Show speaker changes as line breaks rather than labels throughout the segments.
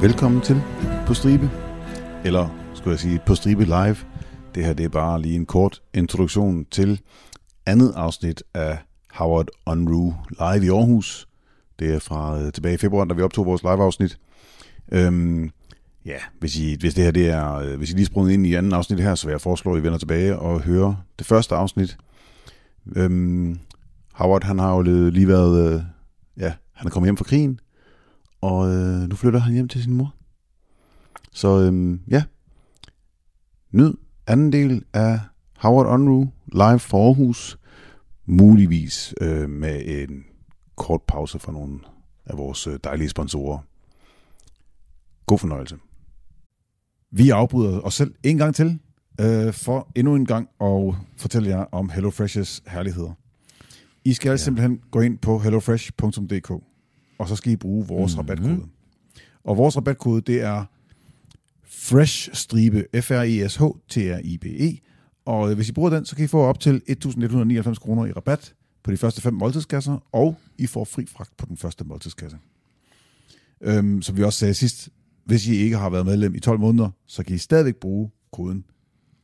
Velkommen til På Stribe, eller skulle jeg sige På Stribe Live. Det her det er bare lige en kort introduktion til andet afsnit af Howard Unruh Live i Aarhus. Det er fra øh, tilbage i februar, da vi optog vores live-afsnit. Øhm, ja, hvis, I, hvis det her det er, øh, hvis I lige sprunget ind i anden afsnit her, så vil jeg foreslå, at I vender tilbage og hører det første afsnit. Øhm, Howard, han har jo le- lige været, øh, ja, han er kommet hjem fra krigen, og øh, nu flytter han hjem til sin mor. Så øhm, ja, nyd anden del af Howard Unruh live for Aarhus, muligvis øh, med en kort pause fra nogle af vores øh, dejlige sponsorer. God fornøjelse. Vi afbryder os selv en gang til, øh, for endnu en gang at fortælle jer om HelloFresh's herligheder. I skal ja. simpelthen gå ind på hellofresh.dk, og så skal I bruge vores mm-hmm. rabatkode. Og vores rabatkode, det er FRESH-stribe, E F-R-E-S-H-T-R-I-B-E, og øh, hvis I bruger den, så kan I få op til 1.199 kroner i rabat på de første fem måltidskasser, og I får fri fragt på den første måltidskasse. Øhm, som vi også sagde sidst, hvis I ikke har været medlem i 12 måneder, så kan I stadigvæk bruge koden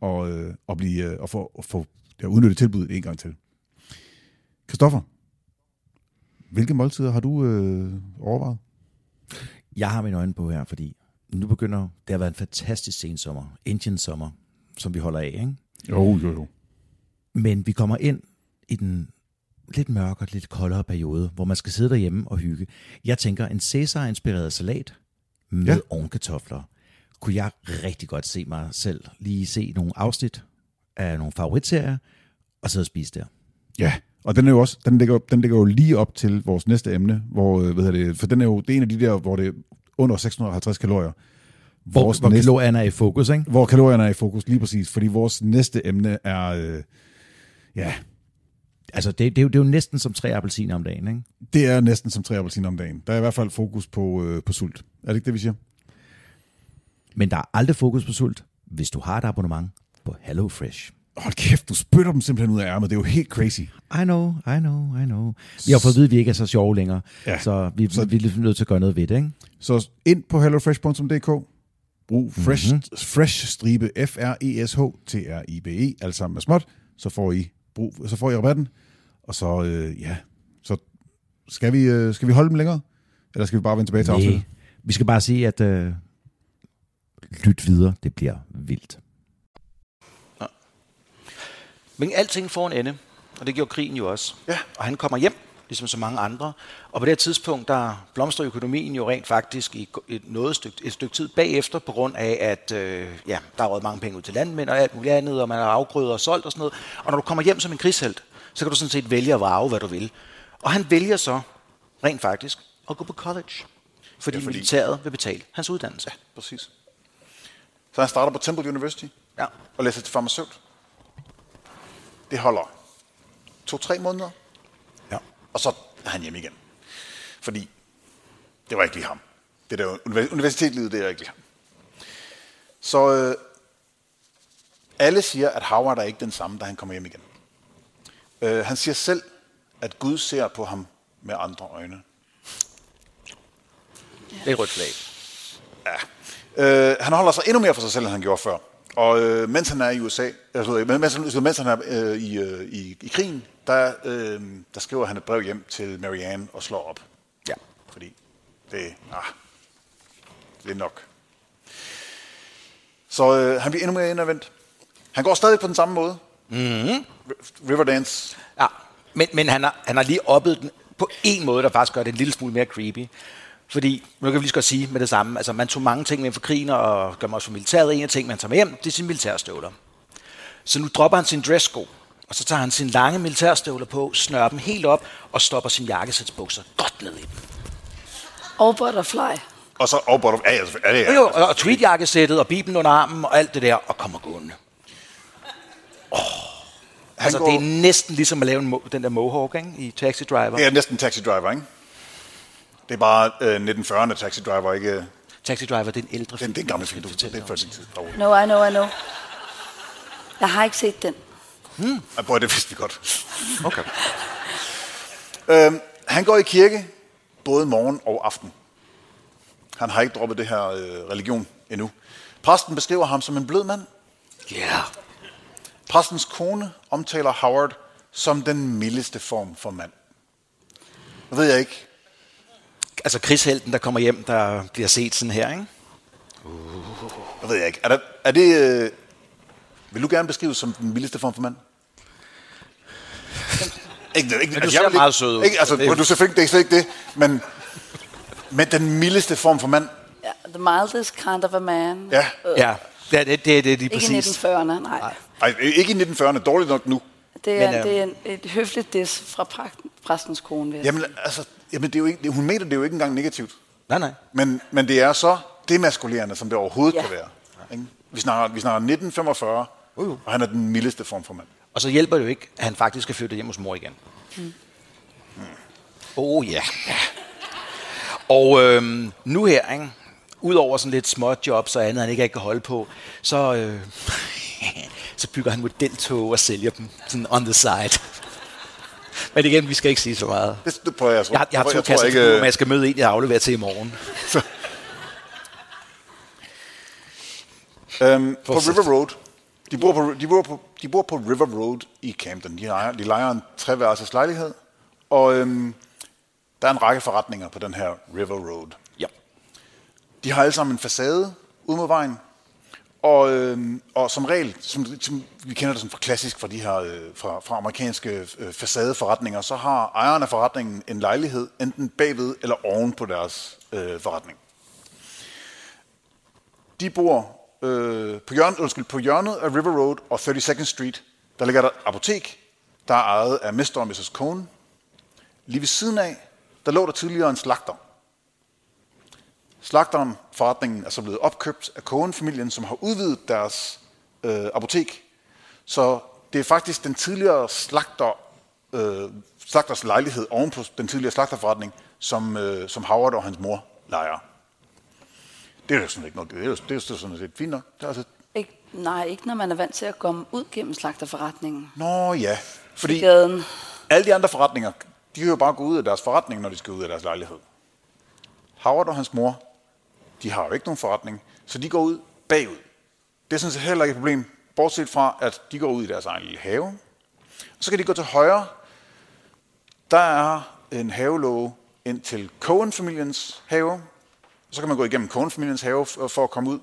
og, øh, og, blive, øh, og få, og få ja, udnyttet tilbuddet en gang til. Kristoffer, hvilke måltider har du øh, overvejet?
Jeg har mine øjne på her, fordi nu begynder, det har været en fantastisk sensommer, Indian sommer, som vi holder af, ikke?
Jo, jo, jo.
Men vi kommer ind i den lidt mørkere, lidt koldere periode, hvor man skal sidde derhjemme og hygge. Jeg tænker, en Cæsar-inspireret salat med
Ja.
ja. ovenkartofler, kunne jeg rigtig godt se mig selv lige se nogle afsnit af nogle favoritserier, og sidde og spise der.
Ja, og den, er jo også, den, ligger, den ligger jo lige op til vores næste emne, hvor, øh, hvad hedder det, for den er jo det er en af de der, hvor det er under 650 kalorier.
Hvor, hvor kalorierne er i fokus, ikke?
hvor kalorierne er i fokus, lige præcis, fordi vores næste emne er, øh, ja,
Altså, det, det, er jo, det er jo næsten som tre appelsiner om dagen, ikke?
det er næsten som tre appelsiner om dagen. Der er i hvert fald fokus på, øh, på sult. Er det ikke det, vi siger?
Men der er aldrig fokus på sult, hvis du har et abonnement på HelloFresh.
Hold kæft, du spytter dem simpelthen ud af ærmet. Det er jo helt crazy.
I know, I know, I know. Vi har fået at vide, at vi ikke er så sjove længere,
Ja.
ja. så, vi, så vi er ligesom nødt til at gøre noget ved det, ikke?
Så ind på hellofresh.dk, brug fresh, mm-hmm. fresh stribe E F-R-E-S-H-T-R-I-B-E, E, alt sammen med småt, så får I, brug, så får I rabatten, og så, øh, ja, så skal vi, øh, skal vi holde dem længere, eller skal vi bare vende tilbage til afsnittet?
Nej. Vi skal bare sige, at øh, lyt videre, det bliver vildt.
Men alting får en ende, og det gjorde krigen jo også. Ja. Og han kommer hjem, ligesom så mange andre. Og på det her tidspunkt, der blomstrer økonomien jo rent faktisk i et, noget stykke, et stykke tid bagefter, på grund af, at øh, ja, der er røget mange penge ud til landmænd og alt muligt andet, og man har afgrøder og solgt og sådan noget. Og når du kommer hjem som en krigshelt, så kan du sådan set vælge at vrage, hvad du vil. Og han vælger så, rent faktisk, at gå på college. Fordi, ja, fordi... militæret vil betale hans uddannelse.
Præcis. Så han starter på Temple University
Ja.
og læser til farmaceut. Det holder to-tre måneder,
ja.
og så er han hjemme igen. Fordi det var ikke lige ham. Det der univer- universitetlivet, det er ikke lige ham. Så øh, alle siger, at Howard er ikke den samme, da han kommer hjem igen. Øh, han siger selv, at Gud ser på ham med andre øjne.
Det er et rødt flag.
Øh, han holder sig endnu mere for sig selv, end han gjorde før. Og øh, mens han er i USA, altså, mens, han, mens han er øh, i, øh, i, i krigen, der, øh, der skriver han et brev hjem til Marianne og slår op.
Ja.
Fordi det, ah, det er nok. Så øh, han bliver endnu mere indadvendt. Han går stadig på den samme måde. Mm-hmm. Riverdance.
Ja, men, men han, har, han har lige oppet den på en måde, der faktisk gør det en lille smule mere creepy. Fordi, nu kan vi lige så godt sige med det samme, altså man tog mange ting med fra krigen, og gør mig også for militæret. En af ting, man tager med hjem, det er sine militærstøvler. Så nu dropper han sin dresssko, og så tager han sine lange militærstøvler på, snører dem helt op, og stopper sin jakkesætsbukser godt ned i dem.
Og butterfly.
Og så og bottom, ja, ja, selvfølgelig. ja, ja,
Jo, jo, og, og tweedjakkesættet, og biben under armen, og alt det der, og kommer gående.
Han
Altså,
går,
det er næsten ligesom at lave en, mo- den der mohawk, ikke? I Taxi Driver.
det er næsten Taxi Driver, ikke? Det er bare øh, 1940'erne Taxi Driver, ikke... øh,
Taxi Driver, det er en ældre
Den,
film.
den gamle
skal
film,
du
du
fortælle
det er
om.
før din tid. Dog.
No, I know, I know. Jeg har ikke set den.
Ej, Prøv, at- det vidste vi godt.
Okay.
Øhm, han går i kirke både morgen og aften. Han har ikke droppet det her øh, religion endnu. Præsten beskriver ham som en blød mand.
Ja. Yeah.
Præstens kone omtaler Howard som den mildeste form for mand. Det ved jeg ikke.
Altså krigshelten, der kommer hjem, der bliver set sådan her, ikke?
Det ved jeg ikke. Er, der, er det... Øh, vil du gerne beskrive som den mildeste form for mand? ikke, ikke,
du ser
jeg vil
meget sød ud.
Ikke, altså,
Det er-
du er selvfølgelig det er slet ikke det, men, men den mildeste form for mand,
Yeah, the mildest kind of a man.
ja.
Ja, det, det, det, det er lige
Ikke i
præcis.
1940'erne, nej.
Ej, øh, ikke i 1940'erne, dårligt nok nu.
Det er,
Men, øh,
det er en, et høfligt dis fra prægten- præstens kone. Ved.
Jamen, altså, jamen det er jo ikke, det- hun mener det jo ikke engang negativt.
Nej, nej.
Men, men det er så demaskulerende, som det overhovedet
Ja.
kan være. Ikke? Vi snakker, vi snakker 1945, og han er den mildeste form for mand.
Og så hjælper det jo ikke, at han faktisk er flyttet hjem hos mor igen.
Mm.
Åh oh, ja. ja. Og øhm, nu her, ikke? udover sådan lidt små jobs og andet, han ikke kan holde på, så, øh, så bygger han modeltog og sælger dem sådan on the side. Men igen, vi skal ikke sige så meget.
Det, det prøver jeg så.
Jeg, har- jeg har to
tror
kasser
ikke,
ikke... men
øh,
jeg skal møde en, jeg afleverer til i morgen.
Øhm, på
Fortsæt.
River Road. De bor på, de, bor på, de bor på River Road i Camden. De lejer, de lejer en treværelses lejlighed, og øhm, der er en række forretninger på den her River Road.
Ja.
De har alle sammen en facade ud mod vejen, og, øhm, og som regel, som, som, vi kender det som fra klassisk fra, de her, øh, fra, fra amerikanske øh, facadeforretninger, så har ejeren af forretningen en lejlighed enten bagved eller oven på deres øh, forretning. De bor øh, på, hjørnet, undskyld, på hjørnet af River Road og 32nd Street. Der ligger der et apotek, der er ejet af Mr. og Mrs. Cohn. Lige ved siden af, der lå der tidligere en slagter. Slagteren, forretningen, er så blevet opkøbt af Cohen-familien, som har udvidet deres øh, apotek. Så det er faktisk den tidligere slagter, øh, slagters lejlighed oven på den tidligere slagterforretning, som, øh, som Howard og hans mor lejer. Det er jo sådan ikke noget. Det er jo, det er jo sådan set fint nok. Det er altså,
Ikke, nej, ikke når man er vant til at komme ud gennem slagterforretningen.
nå ja, fordi
Gaden.
alle de andre forretninger, de kan jo bare gå ud af deres forretning, når de skal ud af deres lejlighed. Howard og hans mor, de har jo ikke nogen forretning, så de går ud bagud. Det er sådan set heller ikke et problem, bortset fra, at de går ud i deres egen lille have. Så kan de gå til højre. Der er en havelåge ind til Cohen-familiens have. Så kan man gå igennem Cohen-familiens have f- for at komme ud.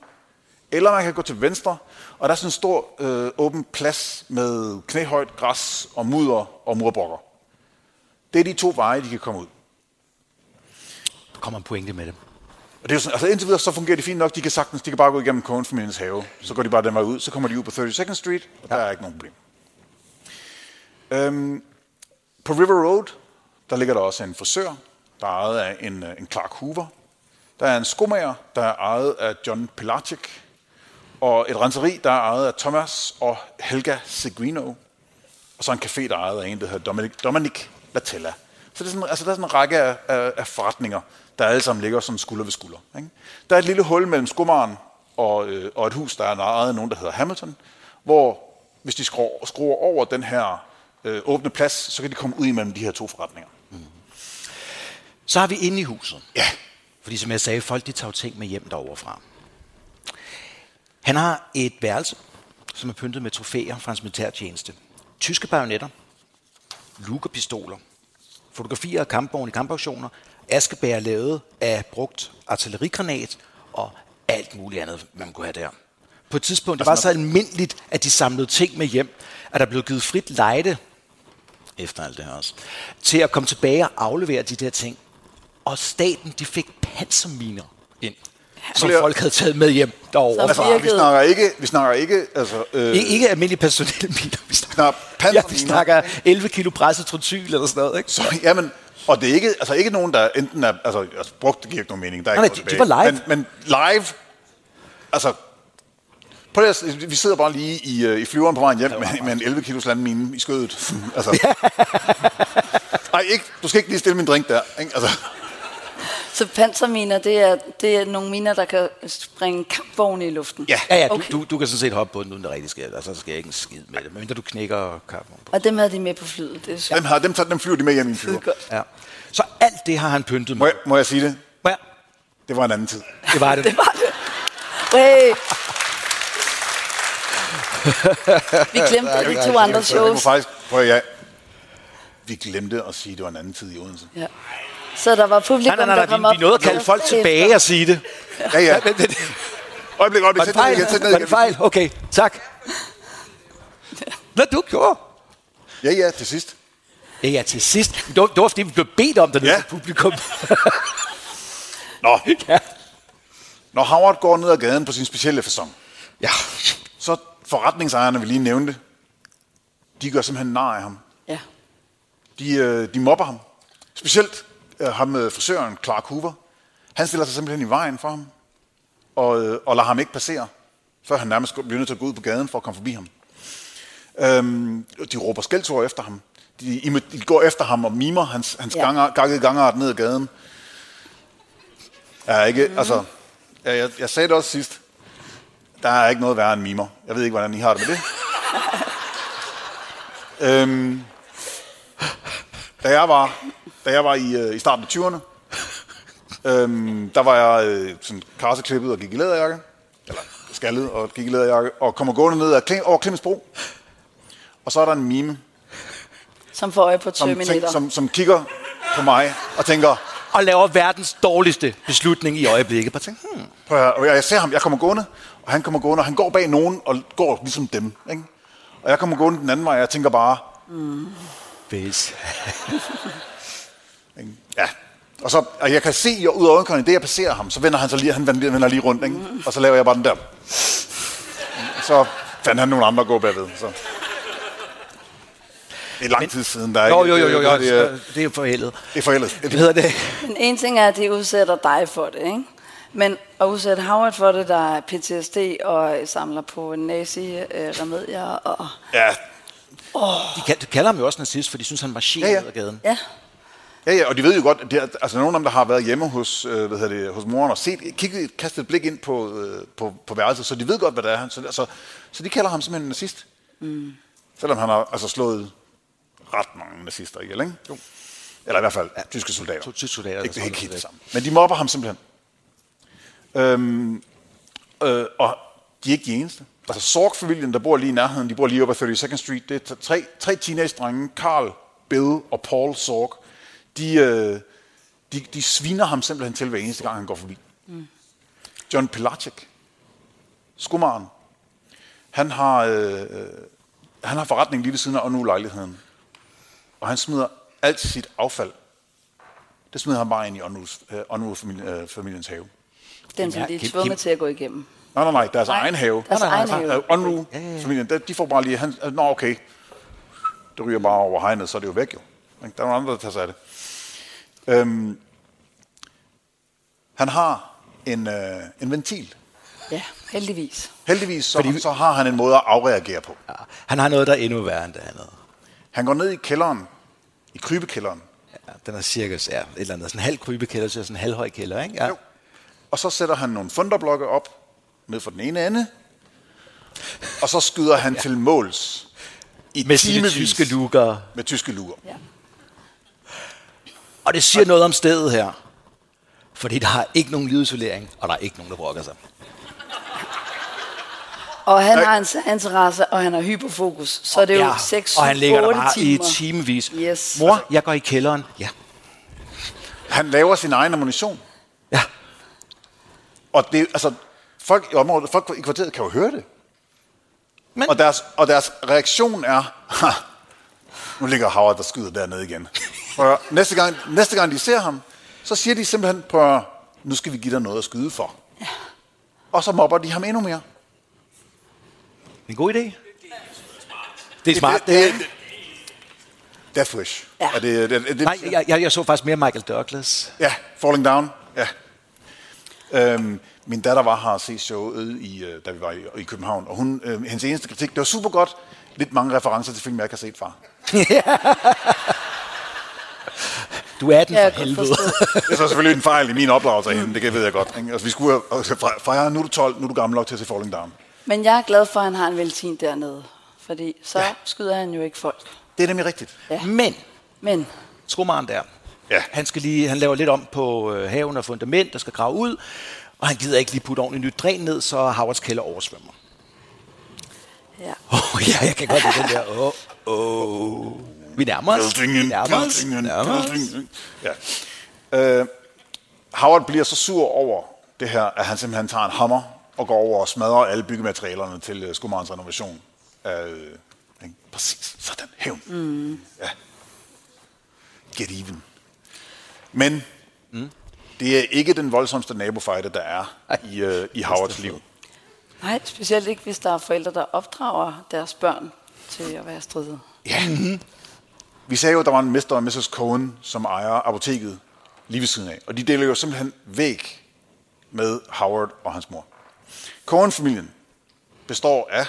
Eller man kan gå til venstre, og der er sådan en stor øh, åben plads med knæhøjt græs og mudder og murbrokker. Det er de to veje, de kan komme ud.
Der kommer en pointe med det.
Og det er jo sådan, altså indtil videre, så fungerer det fint nok. De kan sagtens, de kan bare gå igennem Cohen-familiens have. Så går de bare den vej ud, så kommer de ud på 32nd Street, og der er ikke nogen problem. Øhm, på River Road, der ligger der også en frisør, der er ejet af en, øh, en Clark Hoover. Der er en skomager, der er ejet af John Pilacic. Og et renseri, der er ejet af Thomas og Helga Segrino. Og så en café, der er ejet af en, der hedder Dominic, Dominic Latella. Så det er sådan, altså, der er sådan en række af, af, af forretninger, der alle sammen ligger sådan skulder ved skulder. Ikke? Der er et lille hul mellem skomaren og, øh, og et hus, der er ejet af nogen, der hedder Hamilton, hvor hvis de skruer, skruer over den her øh, åbne plads, så kan de komme ud imellem de her to forretninger.
Så er vi inde i huset.
Ja,
Fordi som jeg sagde, folk de tager jo ting med hjem derovre fra. Han har et værelse, som er pyntet med trofæer fra hans militærtjeneste. Tyske bajonetter, lukerpistoler, fotografier af kampvogne i kampauktioner, askebær lavet af brugt artillerigranat og alt muligt andet, man kunne have der. På et tidspunkt, det var så almindeligt, at de samlede ting med hjem, at der blev givet frit lejde, efter alt det her også, til at komme tilbage og aflevere de der ting. Og staten, de fik panserminer ind, som
Flere-
folk havde taget med hjem derovre.
Så-
Altså,
altså, vi
virkede.
snakker ikke, vi snakker ikke, altså, øh,
ikke, ikke almindelige personelle miner, vi snakker.
Nå,
ja,
panserminer.
vi snakker 11 kilo presset trotyl eller sådan noget, ikke?
så, jamen, og det er ikke, altså ikke nogen, der enten er, altså, altså brugt, det giver ikke nogen mening, der er
Nej,
ikke
nej,
noget
de- de var
tilbage.
live.
Men, men live, altså, prøv lige at, s- vi sidder bare lige i, øh, i flyveren på vejen hjem med, med en 11 kilos landmine i skødet. altså. Ej, ikke, du skal ikke lige stille min drink der. Ikke? Altså,
Så panserminer, det er, det er nogle miner, der kan springe kampvogne i luften.
ja.
Ja, ja,
Okay.
du, du, du kan sådan set hoppe på den, uden det rigtig sker. Altså, så skal jeg ikke en skid med det, medmindre du knækker kappen på.
Og dem havde de med på flyet. Det er
Dem, her, dem, tager, dem flyver de med hjem i en flyver.
skide godt.
Ja. Så alt det har han pyntet
Må
med.
jeg, må jeg sige det?
Ja.
Det var en anden tid.
Det var det.
Det var det. Hey. Vi glemte de to andre
Jeg må
shows.
faktisk, prøv at, ja. Vi glemte at sige, at det var en anden tid i Odense.
Ja. Så der var publikum,
Nej, nej, nej, nej.
der kom
Vi,
op.
vi nåede at kalde folk tilbage og sige det.
Ja, ja.
Men, men,
Øjeblik, øjeblik.
var det
Sæt ned
fejl?
igen, sæt ned
Var det
igen.
fejl? Okay, tak. Hvad du gjorde?
Ja, ja, til sidst.
Ja, ja, til sidst. Det var, det var fordi, vi blev bedt om det ja.
Ja.
fra publikum.
Nå,
ja.
når Howard går ned ad gaden på sin specielle façon,
ja.
så forretningsejerne, vi lige nævnte, de gør simpelthen nar af ham.
Ja.
De, øh, de mobber ham. Specielt øh, ham med frisøren Clark Hoover. Han stiller sig simpelthen i vejen for ham, og, øh, og lader ham ikke passere, før han nærmest bliver nødt til at gå ud på gaden for at komme forbi ham. Øhm, de råber skældsord efter ham. De, imi- de går efter ham og mimer hans, hans
Ja.
ja. ganger, gakkede gangart ned ad gaden. Ja, ikke, mm. altså, ja, jeg, jeg sagde det også sidst. Der er ikke noget værre end mimer. Jeg ved ikke, hvordan I har det med det. øhm, da jeg var, da jeg var i, øh, i starten af 20'erne, øhm, der var jeg øh, sådan karseklippet og gik i læderjakke. Eller skaldet og gik i læderjakke. Og kommer gående ned ad, Klim- over Klimmensbro. Og så er der en mime,
Som får øje på
som, tænk,
Terminator.
som, som kigger på mig og tænker,
Og laver verdens dårligste beslutning i øjeblikket. Bare tænk, hmm.
Prøv at, høre, og jeg, jeg ser ham, jeg kommer gående, og han kommer gående, og han går bag nogen og går ligesom dem. Ikke? Og jeg kommer gående den anden vej, og jeg tænker bare,
Hvis.
ikke? ja. Og, så, og jeg kan se, og ud af øjenkøjen, det jeg passerer ham, så vender han så lige, han vender, vender lige rundt, ikke? og så laver jeg bare den der. Så fandt han nogle andre at gå bagved. Så. Det er lang tid siden, der er
Jo, jo,
ikke-
jo, jo, jo.
Det, er-
Det er forældet.
det er forældet.
Hvad hedder det?
Men en ting er, at de udsætter dig for det, ikke? Men at udsætte Howard for det, der er PTSD og samler på nazi-remedier og...
Ja,
De kal- de kalder ham jo også nazist, for de synes, han marcherer
Ja, ja.
ned ad gaden.
Ja,
Ja, ja, og de ved jo godt, at det er, altså nogen af dem, der har været hjemme hos, øh, hvad hedder det, hos moren og set, kigget, kastet et blik ind på, øh, på, på værelset, så de ved godt, hvad det er. Så, altså, så de kalder ham simpelthen en nazist. Mm. Selvom han har altså, slået ret mange nazister ihjel, ikke? Jo. Eller i hvert fald ja. tyske soldater.
To tyske soldater,
Ikke, det
der
er
slår
ikke helt
dem
det samme. Men de mobber ham simpelthen. Øhm, øh, og de er ikke de eneste. Altså Sorg-familien, der bor lige i nærheden, de bor lige oppe ad 32nd Street, det er tre, tre teenage-drenge, Carl, Bill og Paul Sorg, de, øh, de, de sviner ham simpelthen til hver eneste gang, han går forbi. Mm. John Pilacek, skumaren, han har, øh, øh, han har forretning lige ved siden af, og nu lejligheden. Og han smider alt sit affald, det smider han bare ind i øh, Onru-familiens have.
den som
Ja,
de er
Kim-
tvunget
Kim-
til at gå igennem.
Nej, nej, nej, deres
Nej,
egen have.
deres Nej, nej, egen nej. have.
Onru, familien, der- de får bare lige, han, øh, nå okay, det ryger bare over hegnet, så er det jo væk jo. Ikke? Der er nogle andre, der tager sig af det. Øhm, han har en, øh, en ventil.
Ja, heldigvis.
Heldigvis så, Fordi... så har han en måde at afreagere på.
Ja. Han har noget, der er endnu værre end det andet.
Han går ned i kælderen, i krybekælderen,
Ja, den er cirka ja, et eller andet. Sådan en halv krybekælder til sådan en halvhøj kælder, ikke? Ja.
Jo. Og så sætter han nogle funderblokke op ned for den ene ende. Og så skyder han ja. til måls i
Med sine
timevis
tyske luger.
Med tyske luger.
Ja.
Og det siger noget om stedet her. Fordi der er ikke nogen lydisolering, og der er ikke nogen, der brokker sig.
Og han
Nej.
har en interesse, og han har hyperfokus. Så det er jo
ja.
6
og han ligger der bare
timer.
i timevis.
Yes.
Mor, jeg går i kælderen. Ja.
Han laver sin egen ammunition.
ja.
Og det, altså, folk i området, folk i kvarteret kan jo høre det.
Men-
Men... Og, deres, og deres reaktion er, "Ha, nu ligger Howard der skyder dernede igen. Prøv at høre, næste, gang, næste gang de ser ham, så siger de simpelthen, prøv at høre, nu skal vi give dig noget at skyde for. Ja. Og så mobber de ham endnu mere.
En god idé. Det er smart, det,
det,
her,
det,
ikke?
det, Death Wish.
Ja.
Er det, er det, er det,
Nej, jeg, jeg, jeg så faktisk mere Michael Douglas.
Ja, Falling Down. Ja. Øhm, min datter var her og se showet, i, øh, da vi var i, i København, og hun, øh, hendes eneste kritik, det var super godt, lidt mange referencer til film, jeg ikke har set far.
Du er den
Ja, jeg
for
kan
helvede.
forstå.
Det er så selvfølgelig en fejl i min opdragelse af hende, det ved jeg godt. Ikke? Altså, vi skulle jo- altså, fra- fejre, nu er du 12, nu er du gammel nok til at se Falling Down.
Men jeg er glad for, at han har en velsin dernede. Fordi så ja. skyder han jo ikke folk.
Det er nemlig rigtigt.
Ja.
Men
Men
tromaren der,
Ja.
Han, skal lige, han laver lidt om på øh, haven og fundament, der skal grave ud, og han gider ikke lige putte ordentligt nyt dræn ned, så Howards kælder oversvømmer.
Ja.
Åh, oh, ja, jeg kan godt lide den der. Åh, oh, oh. Vi nærmer os. Vi
Pedalstingen,
nærmer os. Vi
pedalstingen,
nærmer os.
pedalstingen. Ja. Øh, Howard bliver så sur over det her, at han simpelthen tager en hammer og går over og smadrer alle byggematerialerne til øh, skomagerens renovation. Af, øh, ikke? præcis, sådan, hævn. Mm. Ja. Get even. Men mm. det er ikke den voldsomste nabofejde, der er i, øh, i Howards liv.
Nej, specielt ikke, hvis der er forældre, der opdrager deres børn til at være stridige.
Vi sagde jo, at der var en mester og Mrs. Cohen, som ejer apoteket lige ved siden af. Og de deler jo simpelthen væk med Howard og hans mor. Cohen-familien består af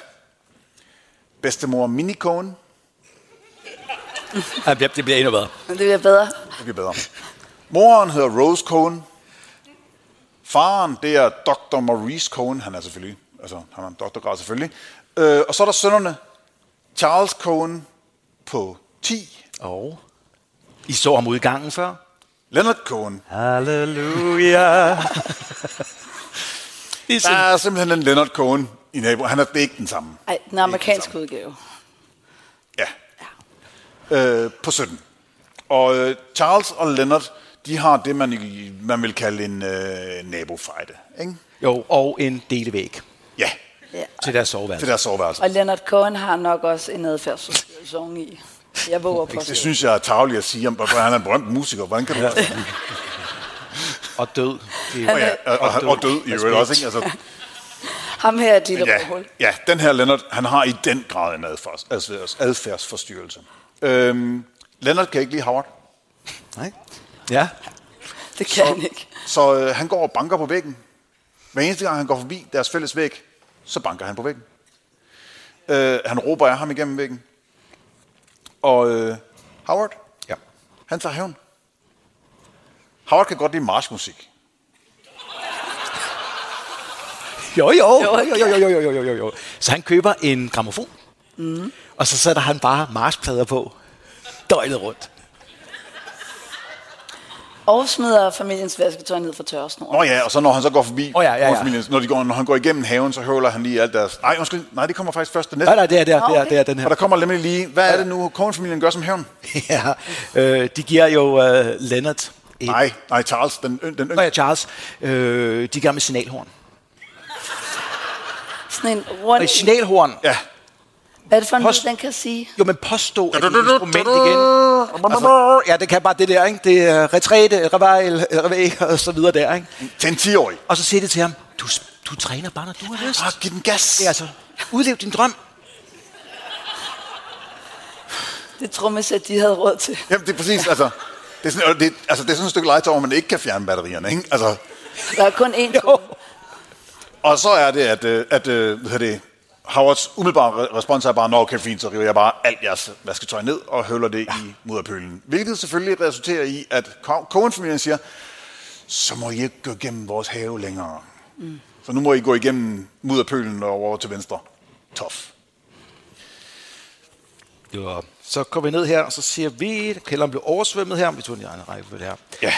bedstemor Minnie Cohen,
Ja, det bliver- det bliver endnu bedre.
Men det bliver bedre.
det bliver bedre. Moren hedder Rose Cohen. Faren, det er Dr. Maurice Cohen. Han er selvfølgelig, altså han har en doktorgrad selvfølgelig. Øh, og så er der sønnerne Charles Cohen på 10,
Og I så ham ude i gangen før?
Leonard Cohen.
Halleluja. det er
Der
sådan,
er simpelthen en Leonard Cohen i naboen. Han er det er ikke den samme.
Ej, den amerikanske udgave.
Ja. Øh, på 17. Og øh, Charles og Leonard, de har det, man, i- man vil kalde en øh, nabofejde. Ikke?
jo, og en delevæg
Ja,
Ja.
til deres
til
soveværelse.
deres soveværelse.
Og Leonard Cohen har nok også en adfærdsforstyrrelse i. Jeg våger på
Det
det.
synes jeg er tageligt at sige, om, hvorfor han er en berømt musiker. Hvordan kan du... Ja.
Og død. Det
Og, ja, og, og, og død i øvrigt også. Ikke? Altså,
Ham her er dit lille
ja,
røvhul.
ja, den her Leonard, han har i den grad en adfærds, adfærds, adfærdsforstyrrelse. Øhm, Leonard kan ikke lide Howard,
Nej. Ja.
Det kan han ikke.
så øh, han går og banker på væggen. Hver eneste gang, han går forbi deres fælles væg, så banker han på væggen. Øh, han råber af ham igennem væggen. Og øh, Howard,
ja.
han tager hævn. Howard kan godt lide marchmusik.
Jo, jo. jo, jo, jo, jo, jo, jo, jo, jo, jo. Så han køber en gramofon, mm. og så sætter han bare marsplader på døgnet rundt.
Og smider familiens vasketøj ned for
Nå
tørresnoren.
ja, og så når han så går forbi,
Åh ja, ja, ja.
morfamilien, når, de går, når han går igennem haven, så høvler han lige alt deres... Nej, undskyld, nej, det kommer faktisk først det næste.
Nej, nej, det er, det er, det er, det er den
Og
her.
der kommer nemlig lige, hvad er det nu, konefamilien gør som hævn?
Ja. Øh, de giver jo øh, Leonard et
Nej, nej, Charles, den, yng- den
Nå ja,
yngste.
Charles, øh, de gør med signalhorn.
Sådan en
Og
rundt...
et signalhorn,
Ja.
Hvad er det for en
Post-
lyd, den kan sige?
jo, men påstå, at det er et instrument igen. Altså, Ja, det kan bare det der, ikke? Det er retræte, reveil, revæg og så videre der, ikke?
Til en 10-årig.
Og så siger det til ham, du, du træner bare, når du har lyst.
Ah, giv den gas.
Det er altså, udlev din drøm.
Det trommesæt, de havde råd til.
Jamen, det er præcis, altså... Det er sådan, og det, altså, det er sådan et stykke legetøj, hvor man ikke kan fjerne batterierne, ikke? Altså,
Der er kun én
Jo.
kone.
og så er det, at, øh, at øh, hvad hedder det, Howards umiddelbare re- respons er bare, nå, okay, fint, så river jeg bare alt jeres vasketøj ned og høvler det i mudderpølen. Hvilket selvfølgelig resulterer i, at Co- Cohen-familien siger, så må I ikke gå igennem vores have længere. Mm. Så nu må I gå igennem mudderpølen og over til venstre. Tof.
Jo. Så går vi ned her, og så siger vi, at kælderen blev oversvømmet her, vi tog den i egen række for det her.
Ja.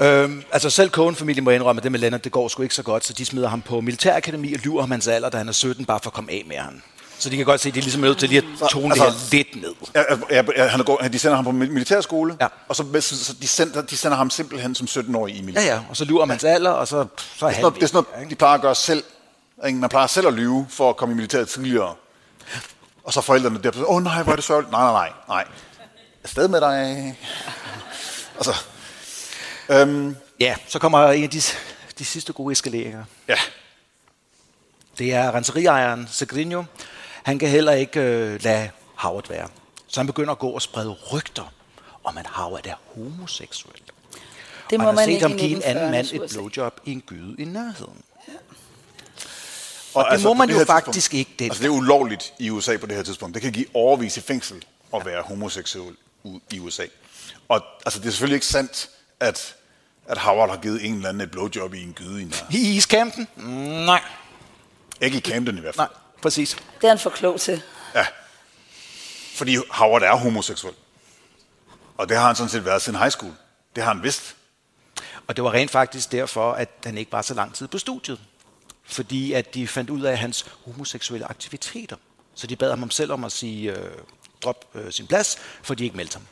Øhm, altså selv Cohen-familien må indrømme, at det med Leonard, det går sgu ikke så godt, så de smider ham på militærakademi og lyver om hans alder, da han er 17, bare for at komme af med ham. Så de kan godt se, at de er ligesom nødt til lige at tone det
altså-
her lidt ned.
Ja, ja, ja, han går, de sender ham på mil- militærskole,
Ja.
og så, så de, sender, de sender ham simpelthen som 17-årig i militær.
Ja, ja, og så lyver om hans alder, og så, så er
Det er
han
sådan noget, det er
væk.
sådan noget de plejer at gøre selv. Ikke? Man plejer selv at lyve for at komme i militæret tidligere. Og så forældrene der, åh oh, nej, hvor er det sørgeligt. Nej, nej, nej, nej. Afsted med dig. altså, øhm,
Ja, så kommer en af de, de sidste gode eskaleringer.
ja.
Det er renseriejeren Segrinho. Han kan heller ikke øh, lade Howard være. Så han begynder at gå og sprede rygter om, at Howard er homoseksuel.
Det
og han
må
har
man
set
ikke
ham give en anden mand et
blod.
blowjob i en gyde i nærheden.
Og altså,
det må
på
man jo
her tidspunkt-
faktisk ikke, den
Altså, det er ulovligt i USA på det her tidspunkt. Det kan give overvis i fængsel at være homoseksuel u- i USA. Og altså, det er selvfølgelig ikke sandt, at, at Howard har givet en eller anden et blowjob i en gyde i en
I iskampen? Nej.
Ikke i Camden i hvert fald.
Nej, præcis.
Det er han for klog til.
Ja. Fordi Howard er homoseksuel. Og det har han sådan set været siden high school. Det har han vist.
Og det var rent faktisk derfor, at han ikke var så lang tid på studiet. Fordi at de fandt ud af hans homoseksuelle aktiviteter. Så de bad ham om selv om at sige, øh, drop øh, sin plads, for de ikke meldte ham.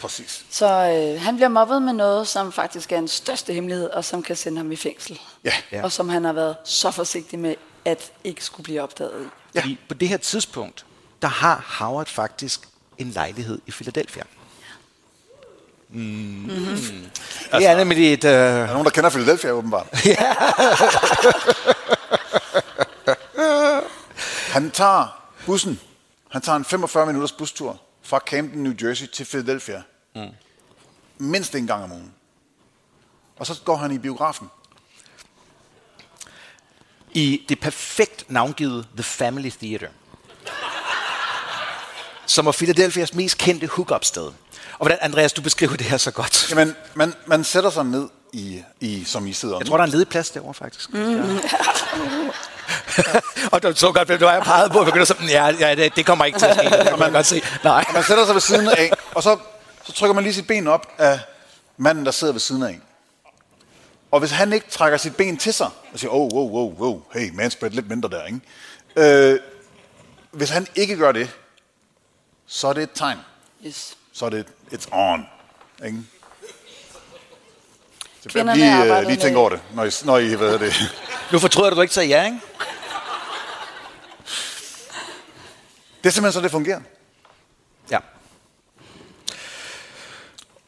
Præcis.
Så øh, han bliver mobbet med noget, som faktisk er hans største hemmelighed, og som kan sende ham i fængsel.
Ja.
Ja. Og som han har været så forsigtig med, at ikke skulle blive opdaget i.
Ja. Fordi på det her tidspunkt, der har Howard faktisk en lejlighed i Philadelphia. Mm. Mm-hmm. Det er nemlig et... Øh,
Der er nogen, der kender Philadelphia åbenbart. han tager bussen. Han tager en 45 minutters bustur fra Camden, New Jersey til Philadelphia. Mm. Mindst en gang om ugen. Og så går han i biografen.
i det perfekt navngivet The Family Theater, som er Philadelphias mest kendte hook-up-sted. Og hvordan, Andreas, du beskriver det her så godt.
Jamen, man, man sætter sig ned i, i som I sidder
Jeg
nu.
tror, der er en ledig plads derovre, faktisk. Mm. Ja. og det var så godt, hvem det var, jeg pegede på. Jeg begyndte sådan, ja, ja det, det kommer ikke til at ske. Det kan man godt se. Nej.
Man sætter sig ved siden af, og så, så trykker man lige sit ben op af manden, der sidder ved siden af en. Og hvis han ikke trækker sit ben til sig, og siger, oh, wow, wow, wow, hey, manspread lidt mindre der, ikke? Øh, hvis han ikke gør det, så er det et tegn.
Yes.
Så er det et, it's on. Ikke? Så
Kvinderne
lige, øh,
arbejdede
lige tænk
med-
over det, når I, når I ved det.
Nu fortryder du, du ikke sagde ja, ikke?
Det er simpelthen så, det fungerer.
Ja.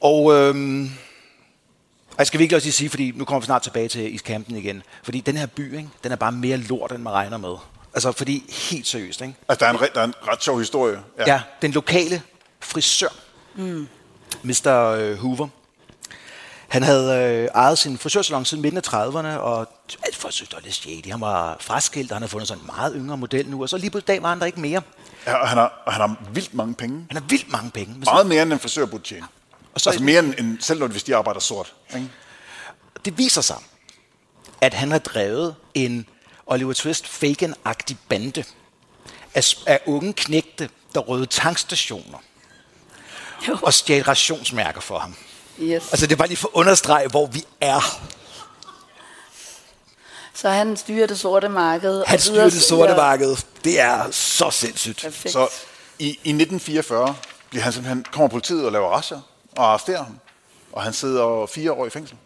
Og øhm, og jeg skal virkelig også lige sige, fordi nu kommer vi snart tilbage til East Camden igen. Fordi den her by, ikke, den er bare mere lort, end man regner med. Altså, fordi helt seriøst, ikke?
Altså, der er en, re- der er en ret sjov historie.
Ja. ja den lokale frisør, mm. Mr. øh, Hoover, han havde øh, ejet sin frisørsalon siden midten af 30'erne, og alt folk synes, det var lidt shady. Han var fraskilt, og han havde fundet sådan en meget yngre model nu, og så lige på dag var han der ikke mere.
ja og, han har, og han har vildt mange penge.
Han har vildt mange penge. Men så-
Meget mere, end en frisør burde tjene.
Og
Og
så-
så altså mere end, end selv når, hvis de arbejder sort. Ikke?
Det viser sig, at han har drevet en Oliver Twist Fagin-agtig bande af, af unge knægte, der røde tankstationer
Jo.
og stjal rationsmærker for ham.
Yes.
Altså det er bare lige for at understrege, hvor vi er.
Så han styrer det sorte marked. og
Han styrer det sorte
ydersider-
marked. Det er så sindssygt.
Perfekt.
Så i, i 1944 bliver han simpelthen, kommer politiet og laver rascher og arresterer ham. Og han sidder fire år i fængsel.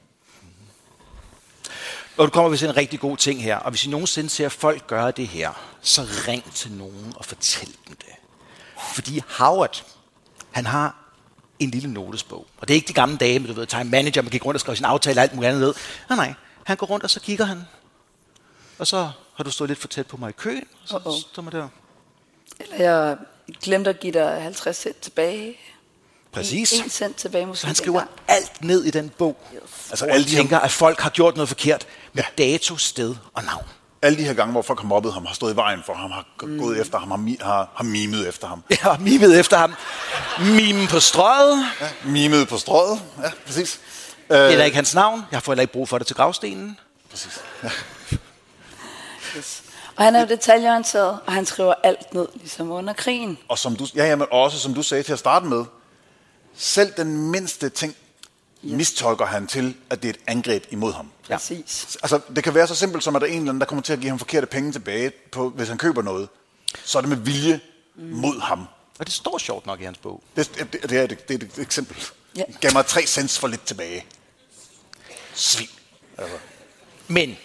Og nu kommer vi til en rigtig god ting her. Og hvis I nogensinde ser folk gøre det her, så ring til nogen og fortæl dem det. Fordi Howard, han har en lille notesbog. Og det er ikke de gamle dage, men du ved, time manager, man gik rundt og skrev sin aftale og alt muligt andet ned. Nej, nej. Han går rundt, og så kigger han. Og så har du stået lidt for tæt på mig i køen, og så
Uh-oh.
står man der.
Eller jeg glemte at give dig 50 cent tilbage.
Præcis.
En cent tilbage måske.
Så han skriver
dengang.
alt ned i den bog. Altså, alle de tænker, at folk har gjort noget forkert med
Ja.
dato, sted og navn.
Alle de her gange, hvor folk har mobbet ham, har stået i vejen for ham, har mm. gået efter ham, har, mi- har, har mimet efter ham.
Jeg har mimet efter ham. Mimen på strøget.
Ja. Mimet på strøget. Ja, præcis. Øh,
Det er da ikke hans navn. Jeg får heller ikke brug for det til gravstenen.
præcis. Ja.
Og han er jo detaljeorienteret, og han skriver alt ned, ligesom under krigen.
Og som du, ja, ja, men også som du sagde til at starte med, selv den mindste ting mistolker han til, at det er et angreb imod ham.
Ja.
Præcis.
Altså, det kan være så simpelt som, at der er en eller anden, der kommer til at give ham forkerte penge tilbage, på, hvis han køber noget. Så er det med vilje mm. mod ham.
Og det står sjovt nok i hans bog.
Det, det, det, er, et, det er et eksempel.
Ja.
Ja. Gav mig tre cents for lidt tilbage. Svin. Altså.
Men,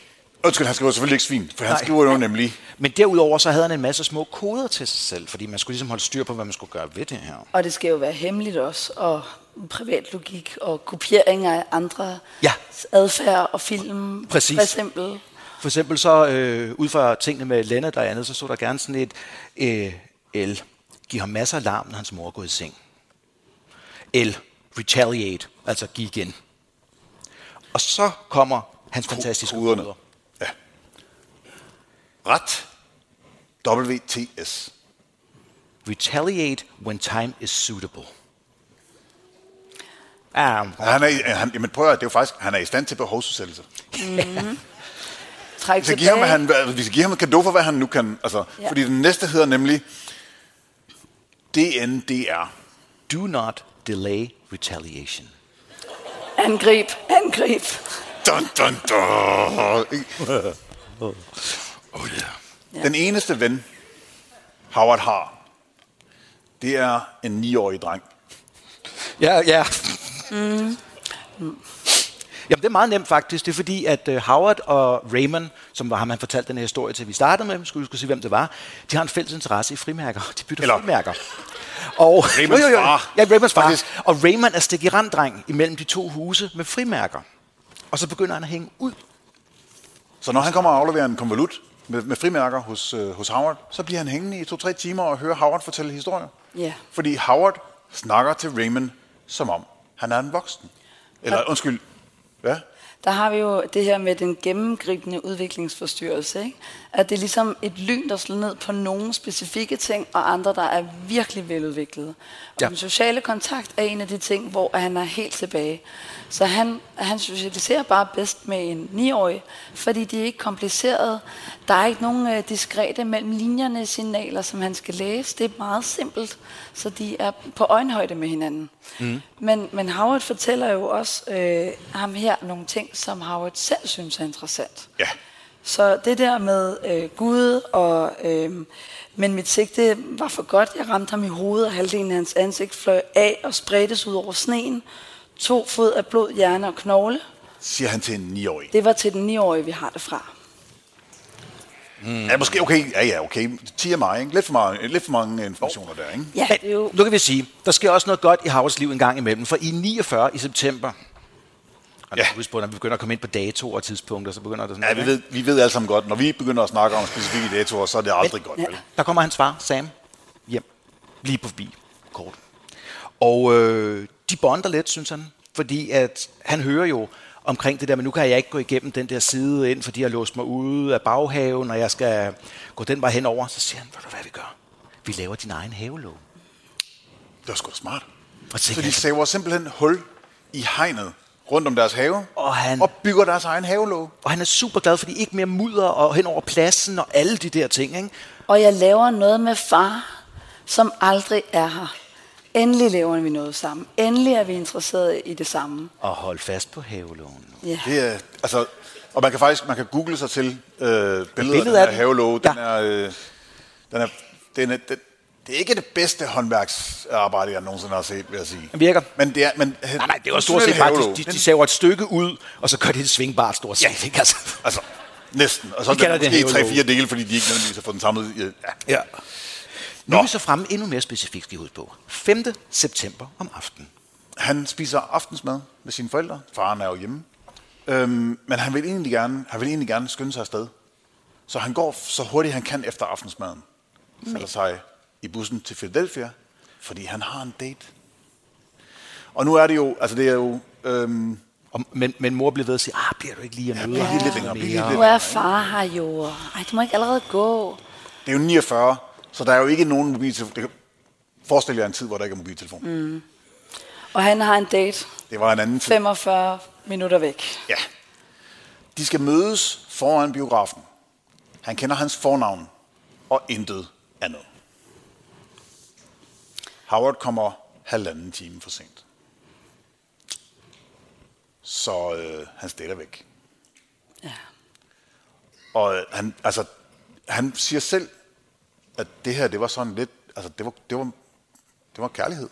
Undskyld, han skriver selvfølgelig ikke svin, for han
Nej.
Nej. skriver jo nemlig...
men derudover så havde han en masse små koder til sig selv, fordi man skulle ligesom holde styr på, hvad man skulle gøre ved det her.
Og det skal jo være hemmeligt også, og privat logik og kopiering af andre
Ja.
adfærd og film.
Præcis.
For eksempel.
For eksempel så, øh, ud fra tingene med Lennart og andet, så stod der gerne sådan et øh, L. Giv ham masser af larm, når hans mor er gået i seng. L. Retaliate, altså giv igen. Og så kommer hans fantastiske
koderne.
koder.
Ja. Ret. WTS.
Retaliate when time is suitable. Um,
Han er, i- han, jamen prøv at høre, det er jo faktisk, han er i stand til behovsudsættelse.
Træk
Vi skal, give ham, han, hvad- vi skal give ham et kado for, hvad han nu kan. Altså,
Ja.
ja. Fordi den næste hedder nemlig DNDR.
do not delay retaliation.
Angrib, angrib.
Dun, dun, dun. Oh, yeah. Den eneste ven, Howard har, det er en 9-årig dreng.
Ja, ja. Mm. Jamen, det er meget nemt faktisk. Det er fordi, at øh, Howard og Raymond, som var ham, han fortalte den her historie til, vi startede med, skulle vi skulle sige, hvem det var, de har en fælles interesse i frimærker. De bytter
Eller-
Eller... frimærker. Og,
Raymonds far.
Ja, Raymonds far.
Faktisk.
Faktisk. Og Raymond er stikkerand-dreng imellem de to huse med frimærker. Og så begynder han at hænge ud.
Så når han kommer og afleverer en konvolut med, med frimærker hos, øh, hos Howard, så bliver han hængende i to-tre timer og hører Howard fortælle historier.
Ja.
Fordi Howard snakker til Raymond, som om han er en voksen. Eller undskyld, hvad?
Der har vi jo det her med den gennemgribende udviklingsforstyrrelse. Ikke? At det er ligesom et lyn, der slår ned på nogle specifikke ting, og andre, der er virkelig veludviklede. Og ja.
Ja.
den sociale kontakt er en af de ting, hvor han er helt tilbage. Så han, han socialiserer bare bedst med en 9-årig, fordi de er ikke komplicerede. Der er ikke nogen øh, diskrete mellem linjerne signaler, som han skal læse. Det er meget simpelt, så de er på øjenhøjde med hinanden. Mm. Men, men Howard fortæller jo også øh, ham her nogle ting, som Howard selv synes er interessant.
Ja.
Så det der med øh, Gud, og, øh, men mit sigte var for godt. Jeg ramte ham i hovedet, og halvdelen af hans ansigt fløj af og spredtes ud over sneen. To fod af blod, hjerne og knogle.
Siger han til en 9-årig.
Det var til den 9-årige, vi har det fra.
Ja, måske okay. Ja, ja, okay. 10 af mig, ikke? Lidt for, meget, lidt for mange informationer der, ikke?
Ja, det er jo...
Nu kan vi sige, der sker også noget godt i Howards liv en gang imellem, for i 49 i september, og
Ja.
ja. husk på, når vi begynder at komme ind på datoer og tidspunkter, så begynder der sådan
Ja, vi ved, vi ved alle sammen godt, når vi begynder at snakke om specifikke datoer, så er det aldrig godt, vel?
Der kommer hans far, Sam, hjem. Lige på forbi, kort. Og øh, de bonder lidt, synes han. Fordi at han hører jo omkring det der, men nu kan jeg ikke gå igennem den der side ind, fordi jeg har låst mig ude af baghaven, og jeg skal gå den vej henover. Så siger han, ved du hvad vi gør? Vi laver din egen havelåg.
Det var sgu da smart.
Og
Så
tænker,
de
jeg,
saver simpelthen hul i hegnet rundt om deres have,
Og han-
og bygger deres egen havelåge.
og han er super glad, fordi ikke mere mudder og hen over pladsen og alle de der ting. Ikke?
Og jeg laver noget med far, som aldrig er her. Endelig laver vi noget sammen. Endelig er vi interesserede i det samme.
Og hold fast på havelågen.
Ja.
Det er, altså, og man kan faktisk man kan google sig til øh, billeder, af den
af
her
den.
havelåge. Den
Ja.
er, øh, den er, den er, den, det er ikke det bedste håndværksarbejde, jeg nogensinde har set, vil jeg sige.
Den virker.
Men det er... Men,
Nej, nej, det var stort set bare, de, de, de saver et stykke ud, og så gør de det svingbart stort set. Ja. Ikke? Altså.
Altså, næsten. Og så er
kalder
det
det
måske
havelåge.
tre-fire dele, fordi de ikke nødvendigvis har fået den samlet. i- Ja.
Ja. Nu
Nå.
er vi så fremme endnu mere specifikt, skal I huske på. 5. september om aftenen.
Han spiser aftensmad med sine forældre. Faren er jo hjemme. Øhm, men han vil, egentlig gerne, han vil egentlig gerne skynde sig afsted. Så han går så hurtigt han kan efter aftensmaden. Sætter sig i bussen til Philadelphia, fordi han har en date. Og nu er det jo, altså det er jo, øhm,
Og, men, men mor bliver ved at sige, ah, bliver du ikke lige om
ja, bliv lige lidt længere, bliv lige lidt
Nu
længere.
er far her jo. Ej, du må ikke allerede gå.
Det er jo 49, så der er jo ikke nogen mobiltelefon. Det kan- Forestil jer en tid, hvor der ikke er mobiltelefon. Mm.
Og han har en date
Det var en anden tid.
45 minutter væk.
Ja. De skal mødes foran biografen. Han kender hans fornavn og intet andet. Howard kommer halvanden time for sent. Så øh, han stiller væk.
Ja.
Og øh, han, altså, han siger selv, at det her, det var sådan lidt, altså det var, det var, det var kærlighed.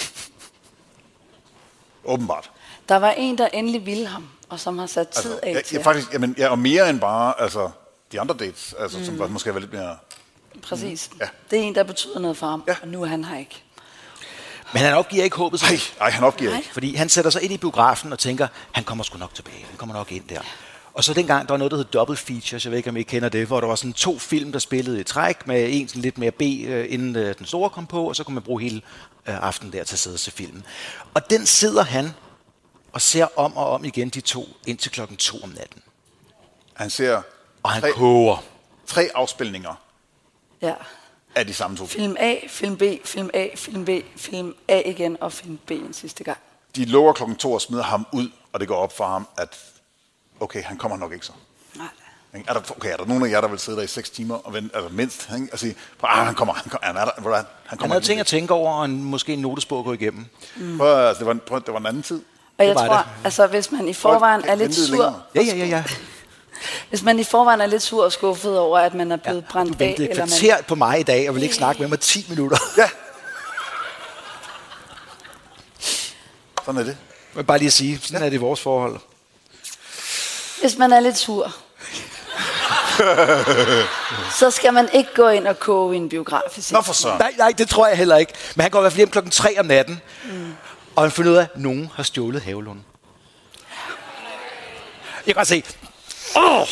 Åbenbart.
Der var en, der endelig ville ham, og som har sat tid
Altså,
af
jeg,
til
jeg,
ham.
faktisk, jamen, ja, og mere end bare altså, de andre dates, altså, mm. som var, måske var lidt mere...
Præcis.
Mm, Ja.
Det er en, der betyder noget for ham,
Ja.
og nu er han her ikke.
Men han opgiver ikke håbet, så
Ej, ej han opgiver
Nej.
ikke.
fordi han sætter sig ind i biografen og tænker, han kommer sgu nok tilbage, han kommer nok ind der. Og så dengang, der var noget, der hed Double Features, jeg ved ikke, om I kender det, hvor der var sådan to film, der spillede i træk, med en sådan lidt mere B, øh, inden øh, den store kom på, og så kunne man bruge hele øh, aftenen der til at sidde og se filmen. Og den sidder han og ser om og om igen de to, indtil klokken to om natten.
Han ser
Og han
tre,
koger.
tre afspilninger
Ja.
af de samme to film.
Film A, film B, film A, film B, film A igen, og film B en sidste gang.
De lover klokken to og smider ham ud, og det går op for ham, at okay, han kommer nok ikke så.
Nej.
Ikke? Ikke? Er der, okay, er der nogen af jer, der vil sidde der i 6 timer, og vente, altså mindst, ikke? og sige, prøv, ah, han kommer, han kommer, han er der, hvor er han, han
Han
kommer.
havde
ikke
ting at tænke over, og en, måske en notesbog at gå igennem.
nu." Prøv, altså, det, var, en- prøv, det var en anden tid.
Og jeg
var
tror,
det.
altså hvis man i forvejen
Folk
er lidt
ventede
sur,
længere.
Ja, ja, ja, ja.
hvis man i forvejen er lidt sur og skuffet over, at man er blevet ja,
Du
brændt af,
ventede et
eller man
kvarter på mig i dag, og ville ikke snakke med mig 10 minutter.
Ja. Sådan er det.
Jeg vil bare lige sige, sådan er det i vores forhold.
Hvis man er lidt sur, så skal man ikke gå ind og koge i en biograf. i sin-
Nå for søren.
Nej, nej, det tror jeg heller ikke. Men han går i hvert fald hjem klokken 3 om natten, og han finder ud af, at nogen har stjålet havelunden. Jeg kan godt se. Oh!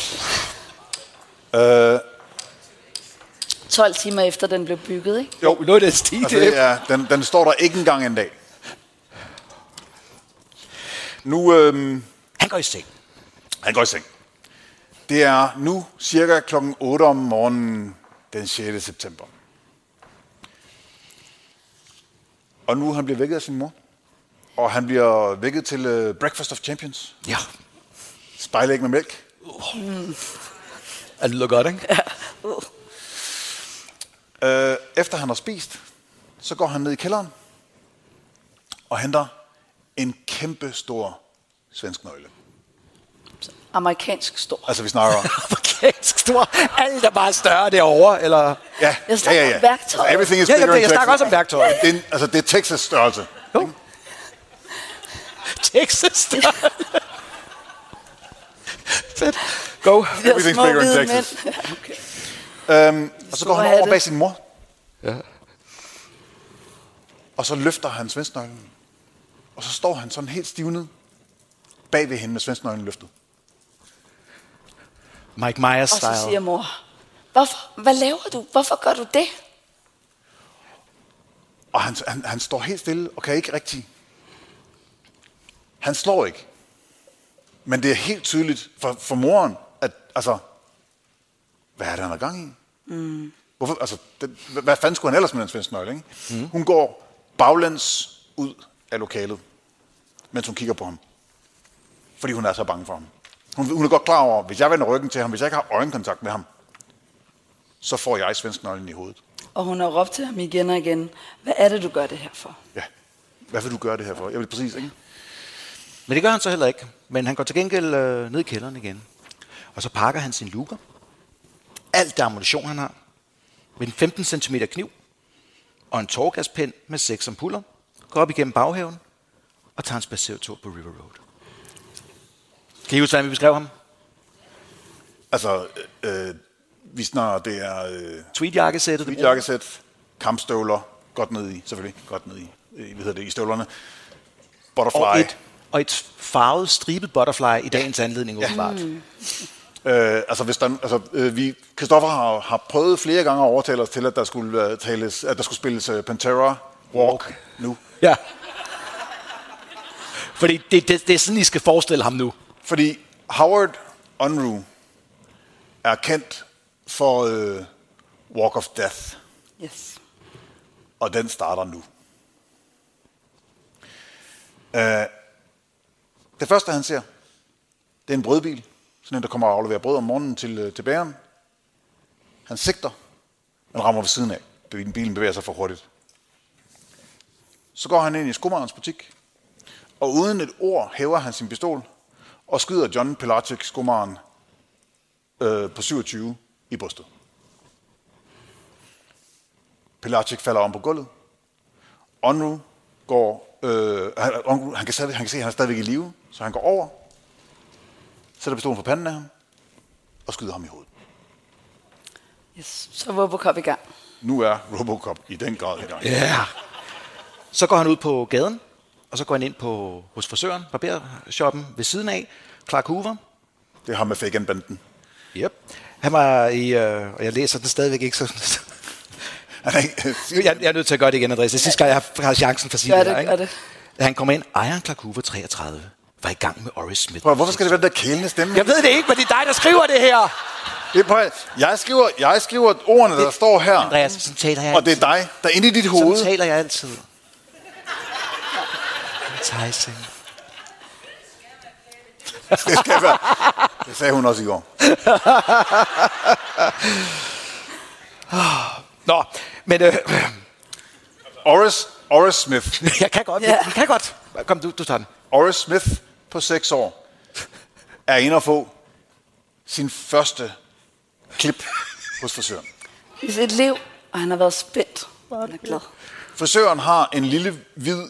12 timer efter den blev bygget, ikke?
Jo, noget af den stil.
Altså, det er, den, den står der ikke engang en dag. Nu, øhm,
Han går i seng.
han går i seng. Det er nu cirka klokken 8 om morgenen den 6. september. Og nu er han bliver vækket af sin mor. Og han bliver vækket til øh, Breakfast of Champions.
Ja,
Spejlæg med mælk.
det lyder godt, ikke? Ja.
Øh, efter han har spist, så går han ned i kælderen og henter en kæmpe stor svensk nøgle.
Amerikansk stor.
Altså vi snakker
Amerikansk stor. Alt er bare større derovre, eller...
Ja,
Jeg snakker
ja, ja, ja.
om værktøjet.
Altså, everything is
Ja,
bigger
jamen,
in
jeg snakker
Texas.
også om værktøjet.
Det er, en- altså, det er Texas størrelse.
Jo. Texas større. Fedt. Go.
De der
Everything's
små
bigger in
hvide
Texas.
mænd.
Øhm, og så går
Store
han over
hatte.
bag sin mor,
Ja.
og så løfter han svensknøglen. Og så står han sådan helt stivnet bag ved hende med svensknøglen løftet.
Mike Myers
Og så
style.
siger mor, Hvorfor, hvad laver du? Hvorfor gør du det?
Og han, han, han står helt stille og kan ikke rigtig... Han slår ikke. Men det er helt tydeligt for, for moren, at altså, hvad er det, han har gang i? Mm. Hvorfor, altså, det, hvad- hvad fanden skulle han ellers med den svenske nøgle? Ikke? Mm. Hun går baglæns ud af lokalet, mens hun kigger på ham. Fordi hun er så bange for ham. Hun, hun er godt klar over, hvis jeg vender ryggen til ham, hvis jeg ikke har øjenkontakt med ham, så får jeg svensk nøglen i hovedet.
Og hun har råbt til ham igen og igen, hvad er det, du gør det her for?
Ja. Hvad vil du gøre det her for? Jeg vil præcis, ikke?
Men det gør han så heller ikke. Men han går til gengæld øh, ned i kælderen igen. Og så pakker han sin luger. Alt det ammunition, han har. Med en 15 cm kniv. Og en tårgaspind med seks ampuller. Går op igennem baghaven. Og tager en spacertur på River Road. Kan I huske, hvordan vi beskrev ham?
Altså, øh, øh, vi snakker, det er øh,
Tweedjakkesættet.
hvidt jakkesæt, kampstøvler, godt ned i, selvfølgelig, godt ned i, øh, hvad hedder det, i støvlerne,
og
butterfly,
et, og et farvet, stribet butterfly i dagens anledning, åbenbart. Ja. Mm.
øh, altså hvis der, altså øh, vi, Christoffer har, har prøvet flere gange at overtale os til, at der skulle, øh, tales, at der skulle spilles øh, Pantera Walk nu,
ja. Fordi det, det, det er sådan, I skal forestille ham nu.
fordi Howard Unruh er kendt for øh, Walk of Death.
Yes.
og den starter nu. Uh, Øh, det første, han ser, det er en brødbil. Sådan en, der kommer og afleverer brød om morgenen til, øh, til bæren. Han sigter, men rammer ved siden af. Bilen bilen bevæger sig for hurtigt. Så går han ind i skomagerens butik, og uden et ord hæver han sin pistol og skyder John Pelagic, skomageren, øh, på 27 i brystet. Pelagic falder om på gulvet. Onru går... Øh, han, Onru, han, kan, stadig- han kan se, at han er stadigvæk i live, så han går over, sætter pistolen for panden af ham, og skyder ham i hovedet.
yes. Så var Robocop i gang.
Nu er Robocop i den grad i gang.
Ja. Yeah. Så går han ud på gaden, og så går han ind på, hos frisøren, barbershoppen ved siden af, Clark Hoover.
Det er ham med fake banden
Yep. Han var i, øh, og jeg læser den stadigvæk ikke, så
Han er ikke...
jeg, jeg er nødt til at gøre det igen, Andreas. Det er sidste gang, jeg har, har chancen for at sige
Gør
det,
det,
her,
gør
ikke?
det.
Da han kommer ind, ejeren Clark Hoover 33 var i gang med Oris Smith.
Prøv, hvorfor skal det være den der kælende stemme?
Jeg ved det ikke, men det er dig, der skriver det her.
Det er, prøv, jeg, skriver, jeg skriver ordene, der står her,
Andreas, sådan taler jeg
og det er dig, der inde i dit hoved...
Sådan taler jeg altid. Enticing.
Det skal være, Det sagde hun også i går.
Nå, men øh,
Oris, Oris Smith.
jeg kan godt.
Ja.
Jeg kan godt. Kom, du, du tager den.
Oris Smith på 6 år er inde og få sin første klip hos frisøren.
I sit liv, og han har været spændt. Han er glad.
Frisøren har en lille hvid,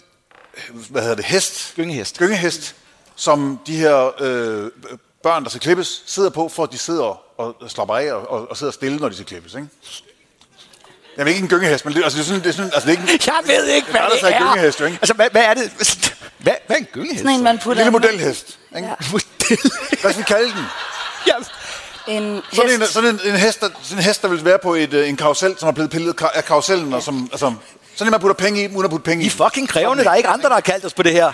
hvad hedder det, hest?
Gyngehest.
Gyngehest, som de her øh, børn, der skal klippes, sidder på, for at de sidder og slapper af og, og, og sidder stille, når de skal klippes, ikke? Jamen ikke en gyngehest, men det, altså, det er sådan, det er sådan, altså, det er ikke en,
Jeg ved ikke, hvad
Der er
det
der så
er.
en gyngehest, jo, ikke?
Altså, hvad, hvad er det? Hvad, hvad er en gyngehest?
Sådan en, man
en
putter
lille
ind-
modelhest. Ikke?
Ja.
Hvad skal vi kalde den?
Ja.
En
Sådan en,
hest.
sådan en, en, hest, der, sådan en hest, der vil være på et, øh, en karusel, som er blevet pillet ka- af karusellen, og som, altså, sådan en, man putter penge i, uden at putte penge
I
i.
er fucking krævende. Der er ikke andre, der har kaldt os på det her.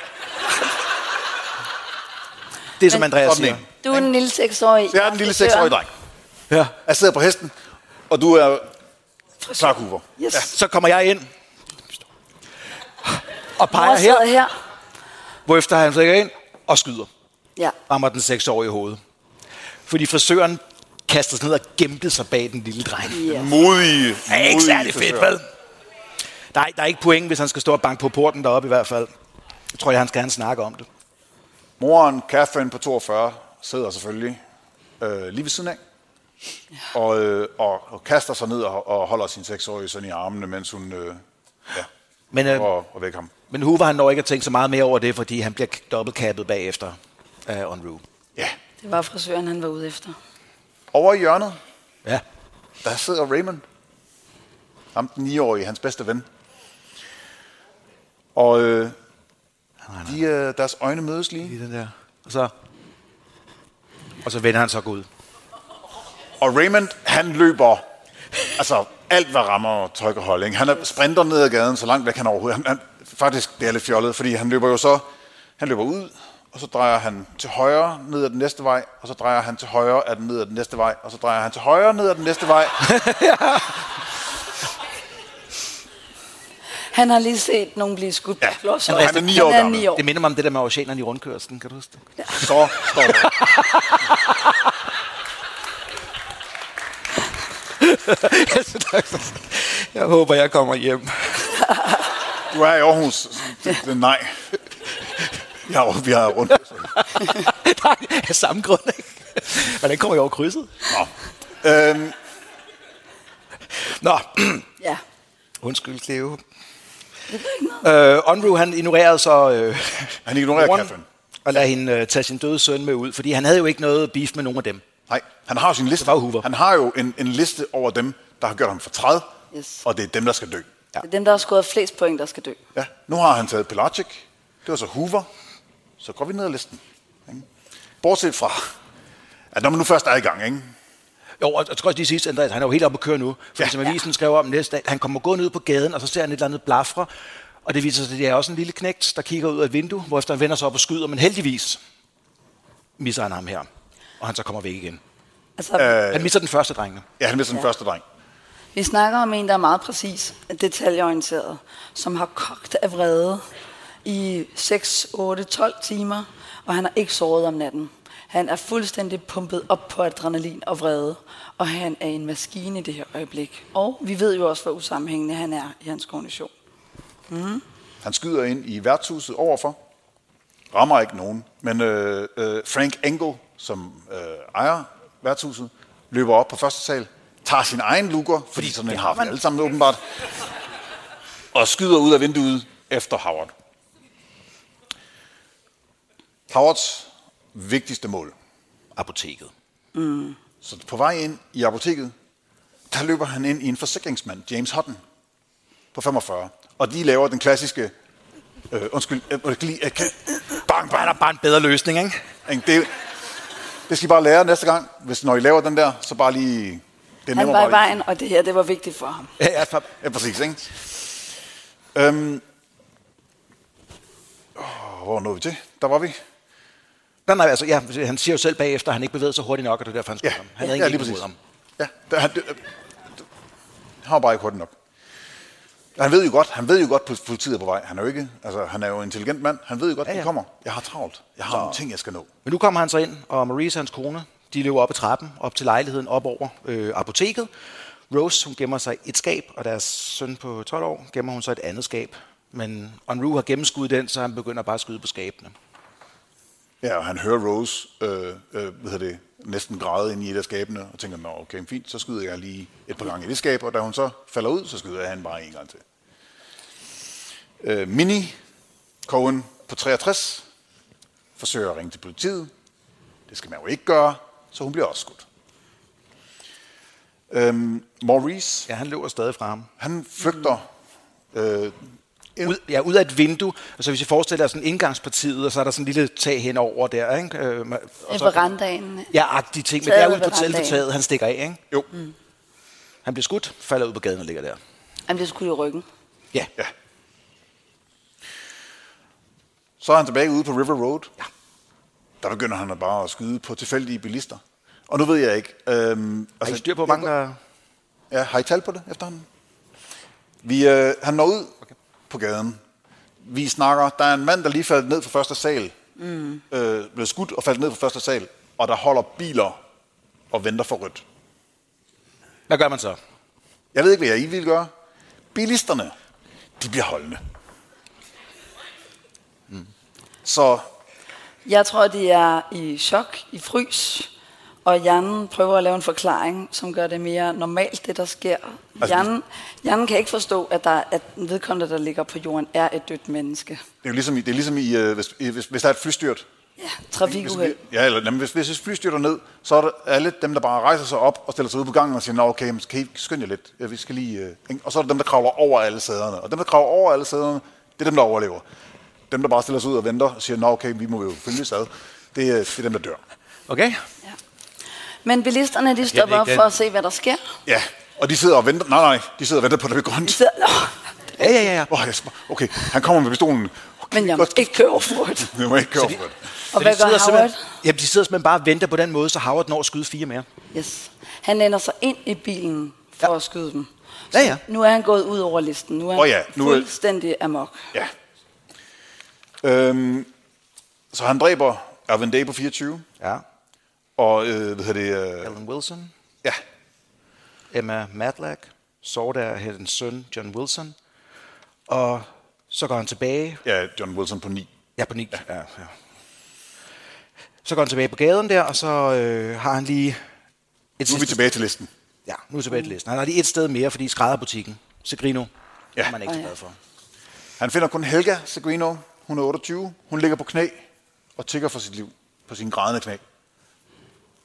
Det er som
Men-
Andreas
Sådan
siger.
en.
Du er en lille seksårig.
Det er den lille seksårige dreng.
Ja.
Jeg sidder på hesten, og du er Clark Hoover.
Yes. Ja.
Så kommer jeg ind. Og peger
Mor sidder
her.
her.
Hvorefter han flækker ind og skyder.
Ja.
Rammer den seksårige i hovedet. Fordi frisøren kastede sig ned og gemte sig bag den lille dreng.
ja.
Modig.
Det er ikke
modig
særlig fedt,
frisør.
vel? Der er, der er ikke point, hvis han skal stå og banke på porten deroppe i hvert fald. Jeg tror, at han skal have en snak om det.
Moren, Catherine på 42, sidder selvfølgelig øh, lige ved siden af. Og, øh, og, og kaster sig ned og, og holder sin seksårige søn i armene, mens hun øh, ja,
Men, øh,
og, og væk ham.
men Hoover, han når ikke at tænke så meget mere over det, fordi han bliver dobbeltkappet bagefter af uh, Onru.
Ja.
Det var frisøren, han var ude efter.
Over i hjørnet,
Ja.
der sidder Raymond. Ham den 9-årige, hans bedste ven. Og øh, de, øh, deres øjne mødes lige.
I den der. Og så, og så vender han så ud.
Og Raymond, han løber altså alt, hvad rammer tøj og hold. Ikke? Han er, sprinter ned ad gaden, så langt væk han overhovedet. Han, han, faktisk, det er lidt fjollet, fordi han løber jo så, han løber ud, og så drejer han til højre ned ad den næste vej, og så drejer han til højre ad den ned ad den næste vej, og så drejer han til højre ned ad den næste vej.
Han har lige set nogen blive skudt på
Ja,
klodser.
han er ni år
han er
gammel.
ni år.
Det minder mig om det der med oceanerne i rundkørslen, kan du huske det?
Så står der.
Jeg håber, jeg kommer hjem.
Du er i Aarhus. så det- det- Nej. Ja, vi har rundt.
Nej, af samme grund, ikke? Hvordan kommer jeg over krydset?
Nå. Øhm,
Nå,
Ja.
undskyld, Cleo. Øh, Onru, han ignorerede så... Øh,
han ignorerer
moren
Catherine.
Og lader hende øh, tage sin døde søn med ud, fordi han havde jo ikke noget beef med nogen af dem.
Nej, han har jo sin liste.
var jo Hoover.
Han har jo en, en liste over dem, der har gjort ham for 30,
Yes.
og det er dem, der skal dø.
Det er dem, der har skåret flest point, der skal dø.
Ja, nu har han taget Pelagic. Det var så Hoover. Så går vi ned ad listen. ikke? Bortset fra, at når man nu først er i gang, ikke?
Jo, og jeg skal også lige sige, Andreas, han er jo helt oppe at køre nu. For ja.
Ja.
som avisen skrev om næste dag, han kommer gående ud på gaden, og så ser han et eller andet blafre. Og det viser sig, at det er også en lille knægt, der kigger ud af et vindue, hvorefter han vender sig op og skyder, men heldigvis misser han ham her. Og han så kommer væk igen.
Altså, øh.
Han misser den første drengene.
Ja, han er den ja. første dreng.
Vi snakker om en, der er meget præcis, detaljeorienteret, som har kogt af vrede i 6, 8, 12 timer, og han har ikke sovet om natten. Han er fuldstændig pumpet op på adrenalin og vrede, og han er en maskine i det her øjeblik. Og vi ved jo også, hvor usammenhængende han er i hans kondition.
Han skyder ind i værtshuset overfor. Rammer ikke nogen. Men øh, øh, Frank Engel, som øh, ejer værtshuset, løber op på første sal, tager sin egen lukker, fordi sådan en har vi alle sammen åbenbart, og skyder ud af vinduet efter Howard. Howards vigtigste mål
Apoteket.
Så på vej ind i apoteket, der løber han ind i en forsikringsmand, James Hutton, på 45. Og de laver den klassiske, øh, undskyld, øh, jeg kan lige, jeg kan, bang,
Der er
bang,
bare en bedre løsning, ikke?
bang. Det, det skal I bare lære næste gang. Hvis når I laver den der, så bare lige... Det er
Han
nemmere
var i
bare lige-
vejen, og det her det var vigtigt for ham.
Ja, ja, for-
Ja, præcis, ikke? Øhm, åh, hvor nåede vi til? Der var vi.
nej, nej, altså, ja, han siger jo selv bagefter, at han ikke bevægede sig hurtigt nok, og det er derfor, han skød
Ja,
ham. Han
ja,
havde ikke
lige
ja, mod
præcis.
ham.
Ja, der, han, det, øh, det- han var bare ikke hurtigt nok. Han ved jo godt, han ved jo godt, at politiet er på vej. Han er jo ikke, altså, han er jo en intelligent mand. Han ved jo godt, at ja, ja. de kommer. Jeg har travlt. Jeg har nogle ting, jeg skal nå.
Men nu kommer han så ind, og Maurice hans kone, de løber op ad trappen, op til lejligheden, op over øh, apoteket. Rose, hun gemmer sig i et skab, og deres søn på 12 år gemmer hun så i et andet skab. Men Onru har gennemskuddet den, så han begynder bare at skyde på skabene.
Ja, og han hører Rose øh, øh, hvad hedder det, næsten græde ind i et af skabene, og tænker, nå okay, fint, så skyder jeg lige et par gange i det skab, og da hun så falder ud, så skyder jeg han bare en gang til. Øh, Mini Cohen på 63 forsøger at ringe til politiet. Det skal man jo ikke gøre, så hun bliver også skudt. Øhm, Maurice,
Ja, han løber stadig fra ham.
han flygter øh,
Ud, ja, ud af et vindue, og så hvis I forestiller jer sådan indgangspartiet, og så er der sådan en lille tag henover der, ikke? Øh, ma- og
En
så,
verandaen.
ja, agtige ting, men
Taget
derude
ved
på selve
verandaen.
taget, han stikker af, ikke?
Jo. Mm.
Han bliver skudt, falder ud på gaden og ligger der.
Han bliver skudt i ryggen.
Ja,
Ja. Så er han tilbage ude på River Road. Ja. Der begynder han at bare at skyde på tilfældige bilister. Og nu ved jeg ikke. Øhm,
har I altså, styr på, hvor mange øh- der...
Ja, har I tal på det efterhånden? Vi, øh, han når ud okay. på gaden. Vi snakker, der er en mand, der lige faldt ned fra første sal. Mm. Øh, blev skudt og faldt ned fra første sal. Og der holder biler og venter for rødt.
Hvad gør man så?
Jeg ved ikke, hvad jeg I vil gøre. Bilisterne, de bliver holdende. Mm.
Mm.
Så
Jeg tror, de er i chok, i frys, og hjernen prøver at lave en forklaring, som gør det mere normalt, det der sker.
Altså,
Hjernen, hjernen kan ikke forstå, at, der, at den vedkommende, der ligger på jorden, er et dødt menneske.
det er jo ligesom i, det er ligesom i øh, hvis, i- hvis, hvis der er et flystyrt.
Ja,
Hvis,
trafikuheld.
ja, eller jamen, hvis, hvis et fly styrter ned, så er der alle dem, der bare rejser sig op og stiller sig ud på gangen og siger, Nå, okay, men kan I skynde jer lidt? Ja, vi skal lige, øh, ikke?" og så er der dem, der kravler over alle sæderne. Og dem, der kravler over alle sæderne, det er dem, der overlever. Dem, der bare stiller sig ud og venter og siger, Nå, okay, vi må jo følge sad. Det, er- det er dem, der dør.
Okay?
Men bilisterne, de stopper op
ikke
for
den.
at se, hvad der sker.
Ja, og de sidder og venter. Nej, nej, de sidder og venter på, at det bliver grønt.
De sidder, Nå,
Ja, ja, ja. ja.
Åh, jeg sm- okay, han kommer med pistolen. Okay,
men jeg må
godt.
ikke køre for det.
Jeg må ikke køre
de-
for det.
Så
Og hvad
de sidder
gør Howard?
simpelthen- Jamen, de sidder simpelthen bare og venter på den måde, så Howard når at skyde fire mere.
Yes. Han lænder sig ind i bilen for
Ja.
ja. at skyde dem.
Ja, ja.
Nu er han gået ud over listen. Nu er han
Åh ja, nu
nu
er-
fuldstændig amok.
Ja. Øhm, så han dræber Alvin Day på 24,
Ja.
og øh, hvad hedder det? Øh,
Alan Wilson,
ja,
Emma Matlack, så der hendes søn John Wilson, og så går han tilbage.
ja, John Wilson på 9.
Ja, på ni. Ja, ja. Så går han tilbage på gaden der, og så øh, har han lige... Et
Nu er vi tilbage til listen.
Ja, nu er vi tilbage til listen. Han har lige et sted mere, fordi skrædderbutikken, Segrino,
Ja.
ja. er man ikke så
Åh, ja.
glad for.
Han finder kun Helga Segrino, hun er 28. Hun ligger på knæ og tigger for sit liv på sine grædende knæ.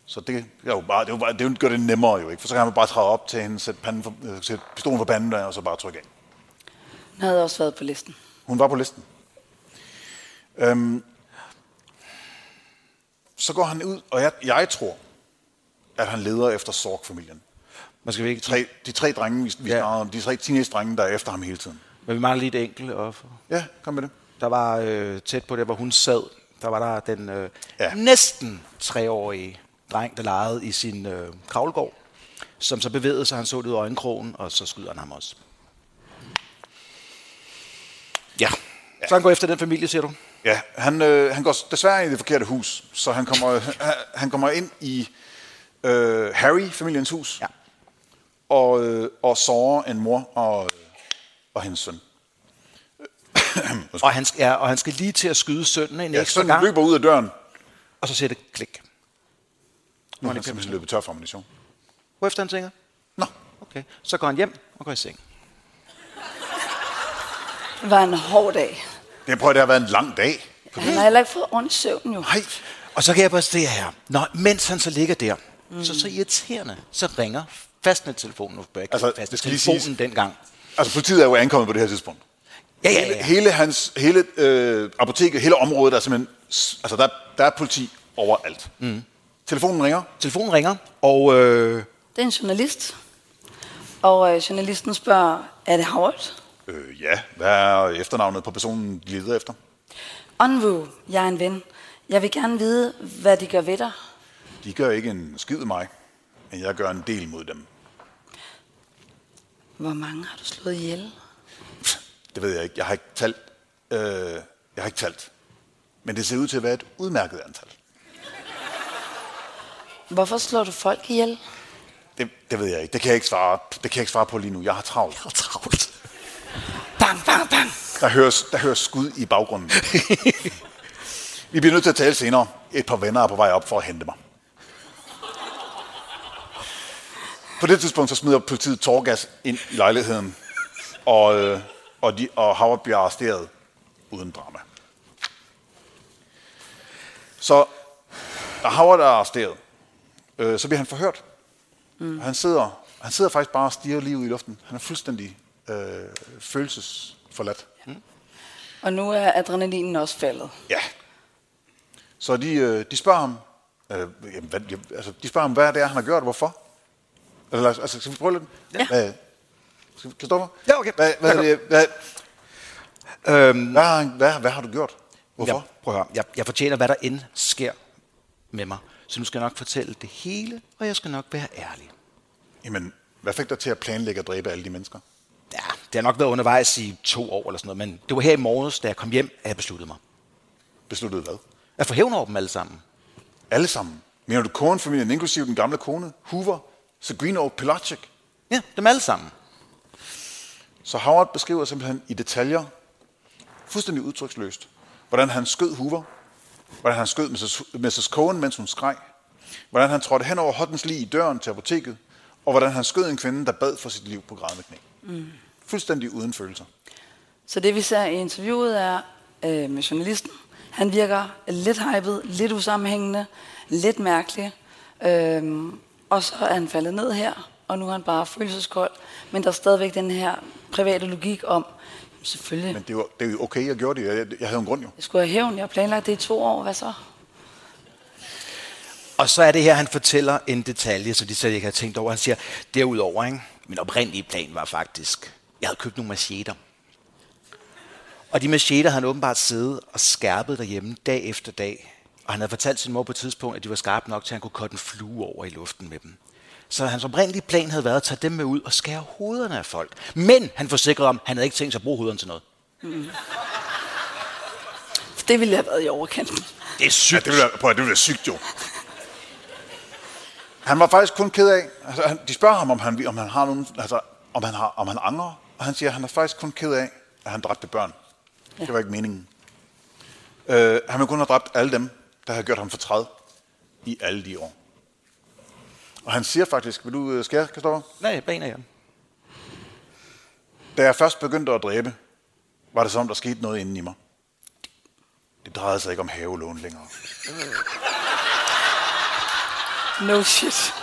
Så det, er jo bare, det, er jo bare, det gør det nemmere jo ikke, for så kan han bare træde op til hende, sætte, panden for, øh, sætte pistolen for panden der, og så bare trykke af.
Han havde også været på listen.
Hun var på listen. Øhm, så går han ud, og jeg, jeg tror, at han leder efter Sorg-familien.
Man skal ikke
Tre, de tre drenge, vi, vi
Ja.
ja. snakker om, de tre teenage-drenge, der er efter ham hele tiden.
Men vi mangler lige et enkelt offer.
Ja, kom med det.
Der var øh, tæt på det, hvor hun sad, der var der den øh,
Ja.
ja. næsten treårige dreng, der legede i sin øh, kravlegård, som så bevægede sig, han så det ud af øjenkrogen, og så skyder han ham også. Ja. ja. Så han går efter den familie, siger du?
Ja, han, øh, han går desværre ind i det forkerte hus, så han kommer, øh, han kommer ind i øh, Harry-familiens hus
Ja.
og, øh, og sårer en mor og, øh, og hendes søn.
Og han, sk- ja, og han skal lige til at skyde sønnen en ja,
Ja,
ekstra
sønnen
gang,
løber ud af døren.
og så siger det klik.
Nu er han simpelthen løbet tør for ammunition.
Hvorefter han tænker,
Nå,
okay, så går han hjem og går i seng.
Det var en hård dag.
det, prøver, det har været en lang dag.
Han har heller ikke fået ordentlig søvn jo.
Nej,
Og så kan jeg bare se her, Nå, mens han så ligger der, mm. så så irriterende, så ringer fastnettelefonen. Nu kan jeg ikke
Altså,
altså,
det skal lige
fastnettelefonen
siges-
dengang.
altså politiet er jo ankommet på det her tidspunkt.
Ja, ja,
Hele,
ja.
hele hans, hele øh, apoteket, hele området er simpelthen, s- altså der, der er politi overalt. Mm. Telefonen ringer.
Telefonen ringer, og øh,
Det er en journalist. Og øh, journalisten spørger, er det Howard?
Øh, ja, hvad er efternavnet på personen, de leder efter?
Onvu, jeg er en ven. Jeg vil gerne vide, hvad de gør ved dig.
De gør ikke en skid af mig, men jeg gør en del mod dem.
Hvor mange har du slået ihjel?
Det ved jeg ikke. Jeg har ikke talt. Øh, jeg har ikke talt. Men det ser ud til at være et udmærket antal.
Hvorfor slår du folk ihjel?
Det, det ved jeg ikke. Det kan jeg ikke, svare. det kan jeg ikke svare på lige nu. Jeg har travlt. Jeg har travlt.
Bang, bang, bang.
Der høres, der høres skud i baggrunden. Vi bliver nødt til at tale senere. Et par venner er på vej op for at hente mig. På det tidspunkt så smider politiet torgas ind i lejligheden, og, øh, og, de, og Howard bliver arresteret uden drama. Så da Howard er arresteret, øh, så bliver han forhørt. Mm. Han, sidder, han sidder faktisk bare og stiger lige ud i luften. Han er fuldstændig øh, følelsesforladt. Mm.
Og nu er adrenalinen også faldet.
Ja. Så de, øh, de spørger ham, øh, jamen, hvad, jamen, altså, de spørger ham, hvad det er, han har gjort, og hvorfor. Eller, altså, skal vi prøve lidt?
Ja.
Hvad, øh, skal, Christoffer?
Ja, okay.
Hvad, hvad,
Ja,
hvad, hvad,
Øhm,
hvad, har han- hvad, hvad har du gjort? Hvorfor?
Jeg, prøv at høre. Jeg, jeg fortæller, hvad der end sker med mig. Så nu skal jeg nok fortælle det hele, og jeg skal nok være ærlig.
Jamen, hvad fik dig til at planlægge at dræbe alle de mennesker?
Ja, det har nok været undervejs i to år eller sådan noget, men det var her i morges, da jeg kom hjem, at jeg besluttede mig.
Besluttede hvad?
Jeg får hævn over dem alle sammen.
Alle sammen. Mener du kornfamilien, inklusive den gamle kone, Hoover, Sagrino Pelagic?
Ja, dem alle sammen.
Så Howard beskriver simpelthen i detaljer, fuldstændig udtryksløst, hvordan han skød Hoover, hvordan han skød Mrs. Hu- Mrs. Cohen, mens hun skreg, hvordan han trådte hen over Hottens lige i døren til apoteket, og hvordan han skød en kvinde, der bad for sit liv på grædende knæ. Mm. Fuldstændig uden følelser.
Så det vi ser i interviewet er øh, med journalisten. Han virker lidt hyped, lidt usammenhængende, lidt mærkelig. Øhm, og så er han faldet ned her, og nu er han bare følelseskold. Men der er stadigvæk den her private logik om, selvfølgelig,
Men det er jo, det er jo okay, jeg gjorde det. Jeg, jeg havde en grund jo.
jeg skulle have hævn, jeg har planlagt det i to år, hvad så?
Og så er det her, han fortæller en detalje, så de slet ikke har tænkt over. Han siger, derudover, ikke? min oprindelige plan var faktisk, jeg havde købt nogle macheter. Og de macheter havde han åbenbart siddet og skærpet derhjemme dag efter dag. Og han havde fortalt sin mor på et tidspunkt, at de var skarpe nok til, at han kunne kotte en flue over i luften med dem. Så hans oprindelige plan havde været at tage dem med ud og skære hovederne af folk. Men han forsikrede om, at han havde ikke tænkt sig at bruge hovederne til noget.
Det ville jeg have været i overkanten.
Det er
Ja,
sygt.
det ville være, prøv, at- det ville være sygt jo. Han var faktisk kun ked af, altså, han, de spørger ham, om han, om han har nogen, altså, om han, har, om han angrer, og han siger, at han er faktisk kun ked af, at han dræbte børn. Ja. Det var ikke meningen. Øh, han ville kun have dræbt alle dem, der havde gjort ham for træd i alle de år. Og han siger faktisk, vil du øh, skære, Kristoffer?
Nej, baner jeg.
Da jeg først begyndte at dræbe, var det som om, der skete noget inden i mig. Det drejede sig ikke om havelån længere.
No shit.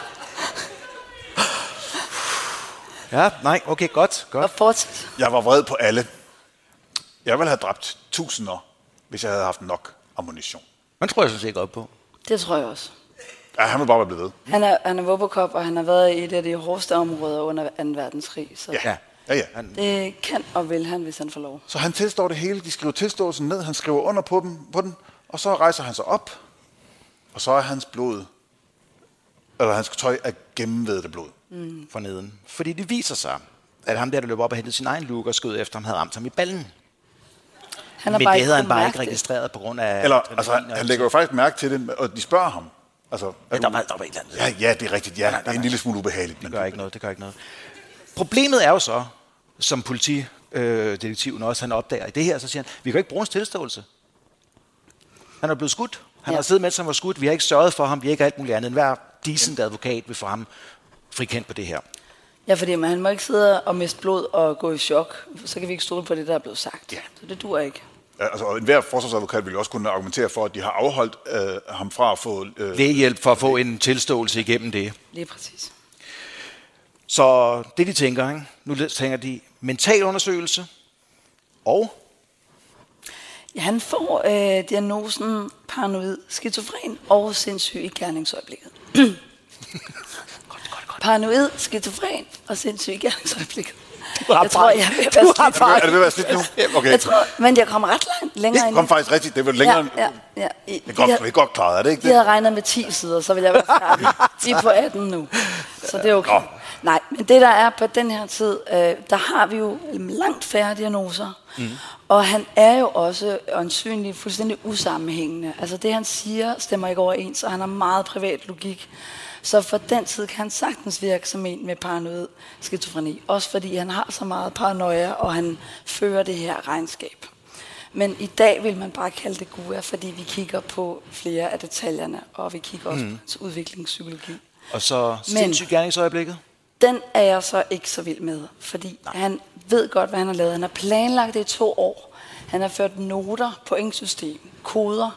Ja, nej, okay, godt, godt.
Og fortsæt.
Jeg var vred på alle. Jeg ville have dræbt tusinder, hvis jeg havde haft nok ammunition.
Man tror jeg sådan set godt på.
Det tror jeg også.
Ja, han ville bare være blevet ved.
Han er, han er Robocop, og han har været i et af de hårdeste områder under 2. verdenskrig. Så
Ja. Ja, ja.
Han,
det kan og vil han, hvis han får lov.
Så han tilstår det hele. De skriver tilståelsen ned. Han skriver under på, dem, på den. Og så rejser han sig op. Og så er hans blod, eller hans tøj er gennemvedet af blod.
for neden. Fordi det viser sig, at ham der, der løb op og hentede sin egen luke og skød efter ham, havde ramt ham i ballen.
Han
Men det havde han
kunnet
bare
mærke
ikke
det.
registreret på grund af...
Eller,
adrenalin
altså, han,
og-
han lægger jo faktisk mærke til det, og de spørger ham. Altså, er
Ja, der
du...
var, der var et eller andet.
ja, ja, det er rigtigt. Ja, det er en lille smule ubehageligt.
Det
Men
gør ikke noget, det gør ikke noget. Problemet er jo så, som politidetektiven også han opdager i det her, så siger han, vi kan jo ikke bruge hans tilståelse. Han er blevet skudt. Han
Ja.
har siddet, mens han var skudt. Vi har ikke sørget for ham. Vi har ikke alt muligt andet. Hver decent advokat vil få ham frikendt på det her.
Ja, fordi man, han må ikke sidde og miste blod og gå i chok. Så kan vi ikke stole på det, der er blevet sagt. Ja. Så det dur ikke.
Ja, altså, og enhver forsvarsadvokat vil jo også kunne argumentere for, at de har afholdt øh, ham fra at få... Øh,
Lægehjælp for at få en tilståelse igennem det.
Lige præcis.
Så det de tænker, ikke? nu tænker de mental undersøgelse og
Ja, han får øh, diagnosen paranoid skizofren og sindssyg i gerningsøjeblikket. godt, godt, godt. Paranoid, skizofren og sindssyg i gerningsøjeblikket.
har
Jeg tror,
bare-
jeg er ved at
du har
være slidt.
bare-
Er det ved at være slidt nu? Ja, okay.
Jeg tror, men jeg kommer ret langt, længere
Det
end...
kom faktisk rigtigt. Det var længere end...
Ja, ja, ja. I,
Det er godt, det er godt klaret, er det ikke
De havde
det?
regnet med 10 sider, så ville jeg være færdig. De er på 18 nu, så det er okay. Nej, men det der er på den her tid, øh, der har vi jo langt færre diagnoser. Mm. Og han er jo også åndsynlig fuldstændig usammenhængende. Altså det han siger stemmer ikke overens, og han har meget privat logik. Så for den tid kan han sagtens virke som en med paranoid skizofreni. Også fordi han har så meget paranoia, og han fører det her regnskab. Men i dag vil man bare kalde det GUA, fordi vi kigger på flere af detaljerne, og vi kigger også mm. på hans udviklingspsykologi.
Og så sindssygt gerningsøjeblikket?
Den er jeg så ikke så vild med, fordi Nej. han ved godt, hvad han har lavet. Han har planlagt det i to år. Han har ført noter, pointsystem, koder.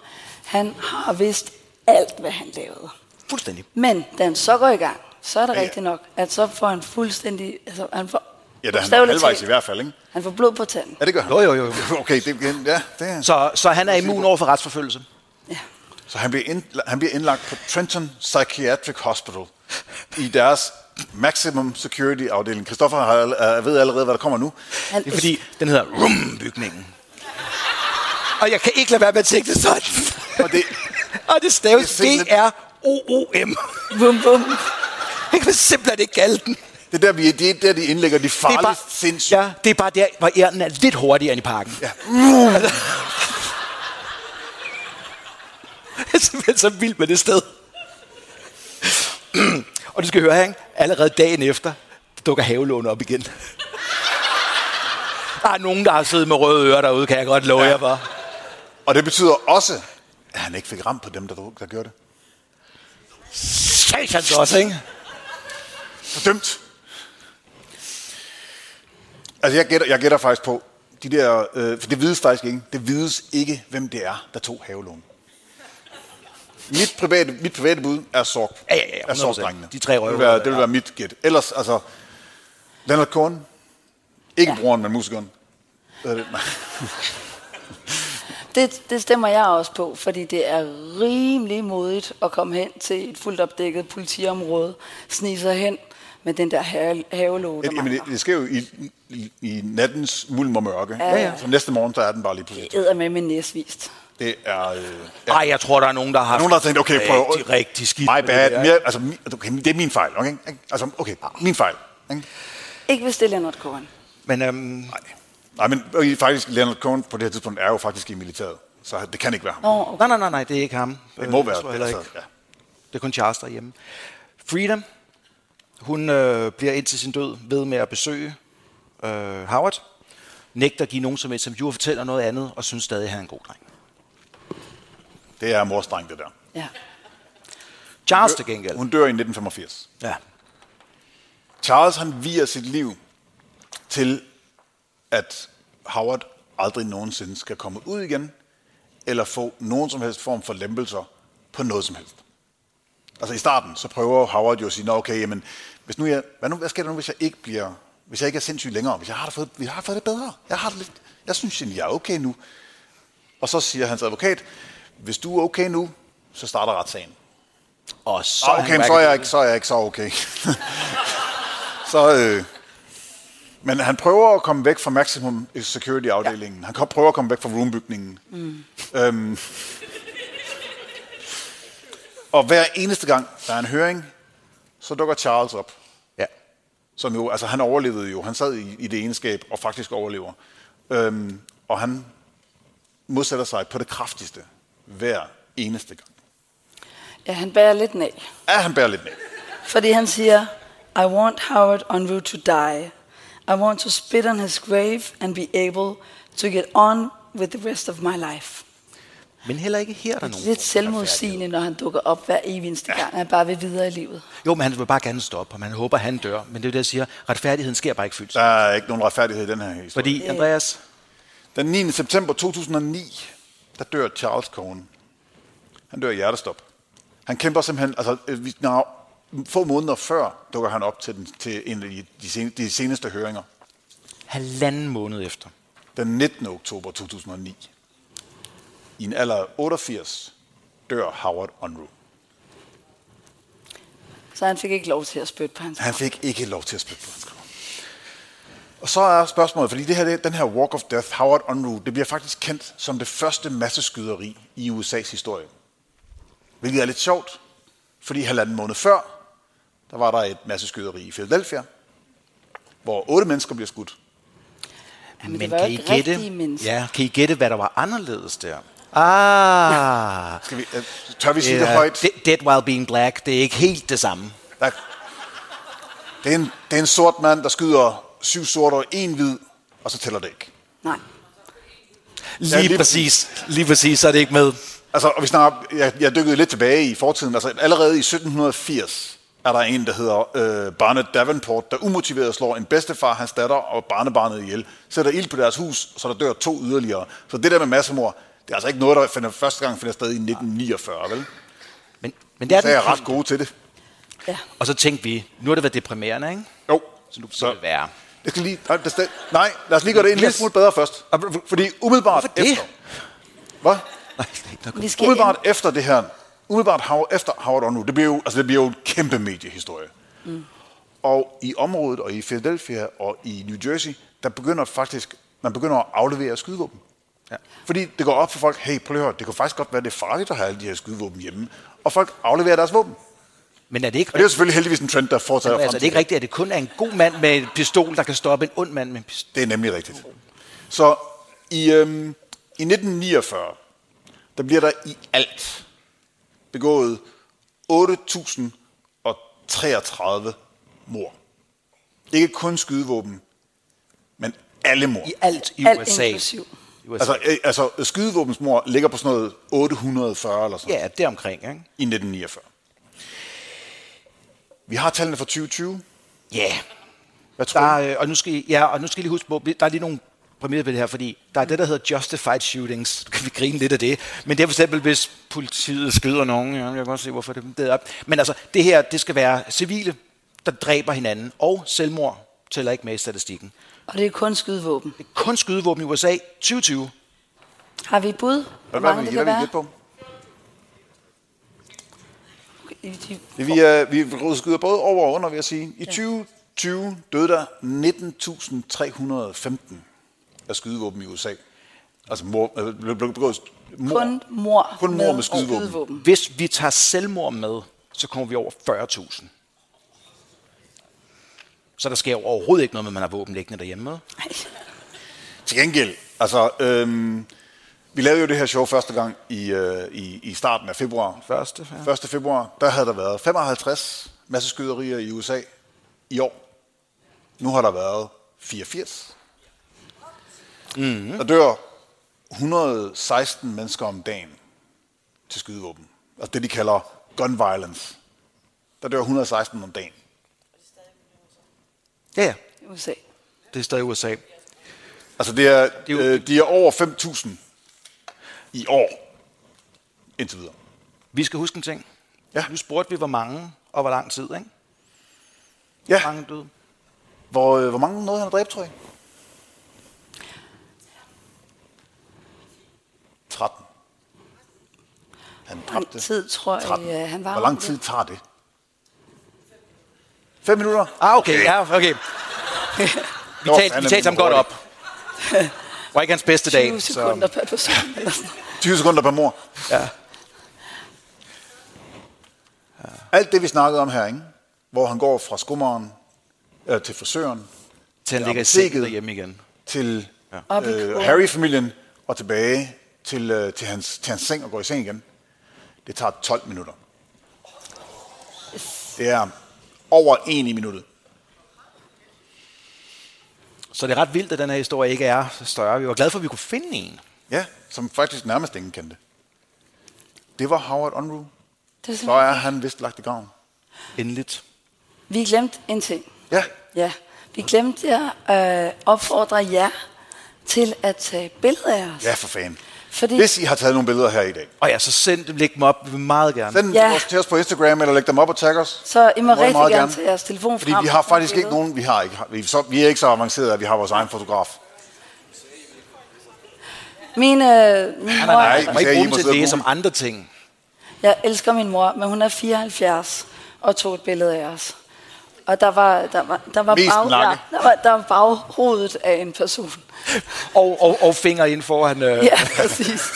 Han har vidst alt, hvad han lavede.
Fuldstændig.
Men da han så går i gang, så er det
Ja,
ja,
ja.
rigtigt nok, at så får han fuldstændig... Altså, han får
Ja, der er han
bogstaveligt
halvvejs
talt-
i hvert fald, ikke?
Han får blod på tanden.
Ja, det gør han.
Jo, jo, jo.
Okay, det, ja, det er, så,
Så, så han er immun over for retsforfølgelse?
så han, bliver ind, han bliver indlagt på Trenton Psychiatric Hospital i deres maximum security afdeling. Christoffer har, al- øh, ved allerede, hvad der kommer nu.
Han,
Det er fordi, den hedder RUM-bygningen. Og jeg kan ikke lade være med at tænke det sådan.
Og det,
Og det staves
Det er simpelthen-
D-R-O-O-M.
Bum, bum.
Jeg kan simpelthen ikke kalde den.
det, er der, vi, det er der, de indlægger de
Det er,
farligst
bare,
sindssyge.
ja, det er bare der, hvor ærnen er lidt hurtigere end i parken. Ja. jeg er simpelthen så vild med det sted. Og du skal høre her, ikke? allerede dagen efter, dukker havelån op igen. Der er nogen, der har siddet med røde ører derude, kan jeg godt love
Ja.
ja. jer for.
Og det betyder også, at han ikke fik ramt på dem, der, drog- der gjorde det.
Satans også, ikke?
Fordømt. Altså, jeg gætter, jeg gætter faktisk på, de der, øh, for det vides faktisk ikke, det vides ikke, hvem det er, der tog havelån. Mit private, mit private bud er Sorg.
Ja, ja, ja,
er
100%.
Sorg-drengene.
De tre
Det vil
røvhuller,
være, det vil
ja.
være mit gæt. Ellers, altså, Leonard Cohen, ikke ja.
Ja.
broren, men musikeren. Hvad er det? Nej.
Det, det stemmer jeg også på, fordi det er rimelig modigt at komme hen til et fuldt opdækket politiområde, snige sig hen med den der have, havelåge, der
Jamen, det,
mangler.
det sker jo i, i, i nattens mulm og mørke. Ja,
ja.
Så næste morgen, så er den bare lige pludselig.
Det er med min næsvist.
Det er... Øh,
Ja. Ej, jeg tror, der er nogen, der har haft
Nogen, der har tænkt, okay, prøv
rigtig, rigtig skidt med
My
det
bad.
der,
Det,
ikke?
Mere, altså, mi- okay, det er min fejl, okay? Ikke? Altså, okay, min fejl. Ikke?
Ikke hvis det er Leonard Cohen.
Men øhm,
Nej. Nej, men okay, faktisk, Leonard Cohen på det her tidspunkt er jo faktisk i militæret, så det kan ikke være ham.
Nå, okay.
nej, nej, nej, nej, det er ikke ham.
det
Øh,
må
jeg
være altså.
tror heller ikke.
Ja.
Det er kun Charles derhjemme. Freedom, hun øh, bliver indtil sin død ved med at besøge øh, Howard. Nægter at give nogen som helst interview og fortæller noget andet, og synes stadig, at han er en god dreng.
Det er mors dreng, det der.
Ja.
Charles til gengæld.
Hun dør i 1985.
Ja.
Charles, han viger sit liv til, at Howard aldrig nogensinde skal komme ud igen, eller få nogen som helst form for lempelser på noget som helst. Altså i starten, så prøver Howard jo at sige, "Nå, okay, jamen, hvis nu jeg, hvad, nu, hvad sker der nu, hvis jeg ikke bliver, hvis jeg ikke er sindssyg længere, hvis jeg har, det fået, jeg har fået det bedre, jeg har det lidt, jeg synes egentlig, jeg er okay nu. Og så siger hans advokat, hvis du er okay nu, så starter retssagen.
Og så
Så
er
Ah, okay,
han
men så er,
whack-
jeg ikke, så er jeg ikke så okay. så, øh, men han prøver at komme væk fra Maximum Security-afdelingen. Ja. Han kom- prøver at komme væk fra roombygningen. Mm. Øhm, og hver eneste gang, der er en høring, så dukker Charles op.
Ja.
Som jo, altså han overlevede jo. Han sad i, i det egenskab og faktisk overlever. Øhm, og han modsætter sig på det kraftigste hver eneste gang.
ja, han bærer lidt den af.
Ja, han bærer lidt med.
Fordi han siger, I want Howard on route to die. I want to spit on his grave and be able to get on with the rest of my life.
Men heller ikke her er der nogen.
Lidt selvmodsigende, når han dukker op hver evig eneste gang, han bare vil videre i livet.
Jo, men han vil bare gerne stoppe, og man håber, han dør. Men det er jo det, jeg siger. Retfærdigheden sker bare ikke fyldt.
Der er ikke nogen retfærdighed i den her historie. Fordi...
Øh.
Fordi, Andreas,
Den 9. september 2009, der dør Charles Cohen. Han dør i hjertestop. Han kæmper simpelthen, altså øh, vi- når, få måneder før dukker han op til, den, til en af de- de, sen, de seneste høringer.
halvanden måned efter,
Den 19. oktober 2009, i en alder af 88, dør Howard Unruh.
Så han fik ikke lov til at spytte på hans
Han fik ikke lov til at spytte på hans grav. Og så er spørgsmålet, fordi det her, det- den her Walk of Death, Howard Unruh, det bliver faktisk kendt som det første masseskyderi i USA's historie. Hvilket er lidt sjovt, fordi halvanden måned før, der var der et masse skyderi i Philadelphia, hvor otte mennesker blev skudt.
Jamen, det var jo ikke rigtige mennesker.
ja, kan I gætte, hvad der var anderledes der? Ah,
Skal vi, øh, tør vi sige det højt?
De- Dead While Being Black, det er ikke helt det samme.
Der, det, er en, det er en sort mand, der skyder syv sorte og en hvid, og så tæller det ikke.
Nej.
Lige,
lige
lige præcis. Lige præcis, så er det ikke med.
Altså, og vi snakker, jeg, jeg dykkede lidt tilbage i fortiden. Altså, allerede i 1780 er der en, der hedder øh, Barnet Davenport, der umotiveret slår en bedstefar, hans datter og barnebarnet ihjel, sætter ild på deres hus, så der dør to yderligere. Så det der med massemord, det er altså ikke noget, der finder, første gang finder sted i 1949, vel?
Men, men det er
Så er jeg
den,
ret gode til det.
Ja.
Og så tænkte vi, nu har det været deprimerende, ikke?
Jo,
Så nu skal
så
det være.
jeg skal lige, nej, der skal- nej, lad os lige gøre det en lille
Yes.
smule bedre først. Fordi umiddelbart
Hvorfor det?
efter... Hvad?
Nej, det er ikke nok.
Vi skal
Umiddelbart efter det her, umiddelbart hav, efter Howard og nu, det bliver jo, altså det bliver jo en kæmpe mediehistorie. Mm. Og i området, og i Philadelphia, og i New Jersey, der begynder faktisk, man begynder at aflevere skydevåben. Ja. Fordi det går op for folk, hey, prøv at høre, det kan faktisk godt være, det er farligt at have alle de her skydevåben hjemme. Og folk afleverer deres våben. Og
Men er det ikke
det er jo selvfølgelig heldigvis en trend, der fortsætter
rigtigt, altså, er
frem
det ikke
til-
rigtigt, at det kun er en god mand med en pistol, der kan stoppe en ond mand med en pistol?
Det er nemlig rigtigt. Så i, øhm, i 1949, der bliver der i alt begået 8.033 mord. Ikke kun skydevåben, men alle mord.
I alt i
Alt
USA.
inklusiv.
I USA.
Altså, øh, altså skydevåbensmord ligger på sådan noget 840 eller sådan noget
ja, det omkring, ikke?
i 1949. Vi har tallene for 2020.
Ja. Yeah.
Hvad tror
Der,
du?
er, øh, og, nu skal I, ja, og nu skal I lige huske på, der er lige nogle præmier ved det her, fordi der er det, der hedder justified shootings. Så kan vi grine lidt af det. Men det er for eksempel, hvis politiet skyder nogen. Ja, jeg kan godt se, hvorfor det det er op. Men altså, det her, det skal være civile, der dræber hinanden. Og selvmord tæller ikke med i statistikken.
Og det er kun skydevåben.
Det er kun skydevåben i USA 2020.
Har vi et bud? Hvor
Hvad var
mange det
det, vi
kan være?
gætte på?
De-
Det, vi, øh, vi skyder både over og under, vil jeg sige. I 2020 døde der 19.315 af skydevåben i USA. Altså mor, øh, blev blev begået mor.
Kun mor,
Kun mor med skydevåben.
Hvis vi tager selvmord med, så kommer vi over 40.000. Så der sker jo overhovedet ikke noget med, at man har våben liggende derhjemme. vel?
Ej,
Til gengæld, altså, øhm, vi lavede jo det her show første gang i, øh, i, i starten af februar.
Første, ja.
1. februar, der havde der været 55 masse skyderier i USA i år. Nu har der været 84.
Mhm.
Mm-hmm. Der dør 116 mennesker om dagen til skydevåben. Altså det, de kalder gun violence. Der dør 116 om dagen.
Ja, ja.
USA.
Det er stadig USA.
Altså det er,
er jo-
øh, de er over 5.000 i år. Indtil videre.
Vi skal huske en ting.
Ja.
Nu spurgte vi, hvor mange og hvor lang tid, ikke? Hvor
Ja,
mange døde?
hvor, øh, hvor mange nåede han at dræbe, tror jeg? 13. Han
Lang
dræbte
tid, tror
13.
jeg, øh, han var.
Hvor lang
om
tid
det.
tager det? 5 minutter?
Ah, okay. Ja, okay. Vi
Nå,
talte
han
vi
er
talte ham godt
hurtig.
op. Var ikke hans bedste
20
dag.
sekunder per person. eller sådan.
20 sekunder per mor.
ja.
Alt det, vi snakkede om her, ikke? hvor han går fra skummeren øh, til frisøren,
Til han ligger i
apoteket.
sengen derhjemme igen.
til
Op i
øh,
kurven.
Harry-familien og tilbage til, øh, til, hans, til hans seng og går i seng igen. Det tager 12 minutter. Det er over en i minuttet.
Så det er ret vildt, at den her historie ikke er større. Vi var glade for, at vi kunne finde en.
Ja, som faktisk nærmest ingen kendte. Det var Howard Unruh.
Det er
Så
simpelthen-
er han vist lagt i graven.
Endeligt.
Vi glemte en ting.
Ja,
Ja, vi glemte at øh, opfordre jer til at tage billeder af os.
ja for fanden.
Fordi
Hvis I har taget nogle billeder her i dag,
Og ja, så send dem, læg dem op. Vi vil meget gerne.
send dem
Ja.
til os- til os på Instagram, eller læg dem op og tag os.
så I må
jeg
rigtig
meget
gerne,
gerne.
tage jeres telefon
Fordi
frem.
vi har
med
faktisk ikke
billeder.
nogen, vi har ikke. Vi er, så, vi er ikke så avancerede, at vi har vores egen fotograf.
Min, øh, min mor,
nej,
Man
nej.
må ikke
Sagde
bruge
I, hvor
dem til
sidder
det
Google?
som andre ting.
jeg elsker min mor, men hun er 74 og tog et billede af os. Og der var, der var, der var,
Mest
bag,
nakke.
der var, der var baghovedet af en person.
Og, og, og fingre inden foran... Øh,
Ja, præcis.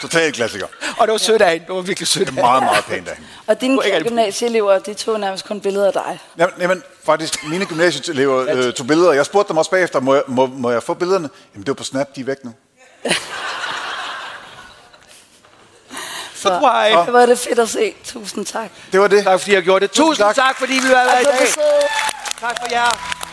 Total klassiker.
Og det var sødt af hende. Det var virkelig sødt af hende.
Meget, meget pænt af hende.
Og dine
Hvor ikke er det-
gymnasieelever, de tog nærmest kun billeder af dig.
Jamen, jamen faktisk, mine gymnasieelever øh, tog billeder. Jeg spurgte dem også bagefter, må jeg, må, må jeg få billederne? Jamen, det var på Snap, de er væk nu.
Så tror jeg,
Det var det fedt at se. Tusind tak.
Det var det.
Tak fordi jeg gjorde det. Tusind tak, fordi vi var her i
Altså,
dag.
du sidder-
Tak for jer.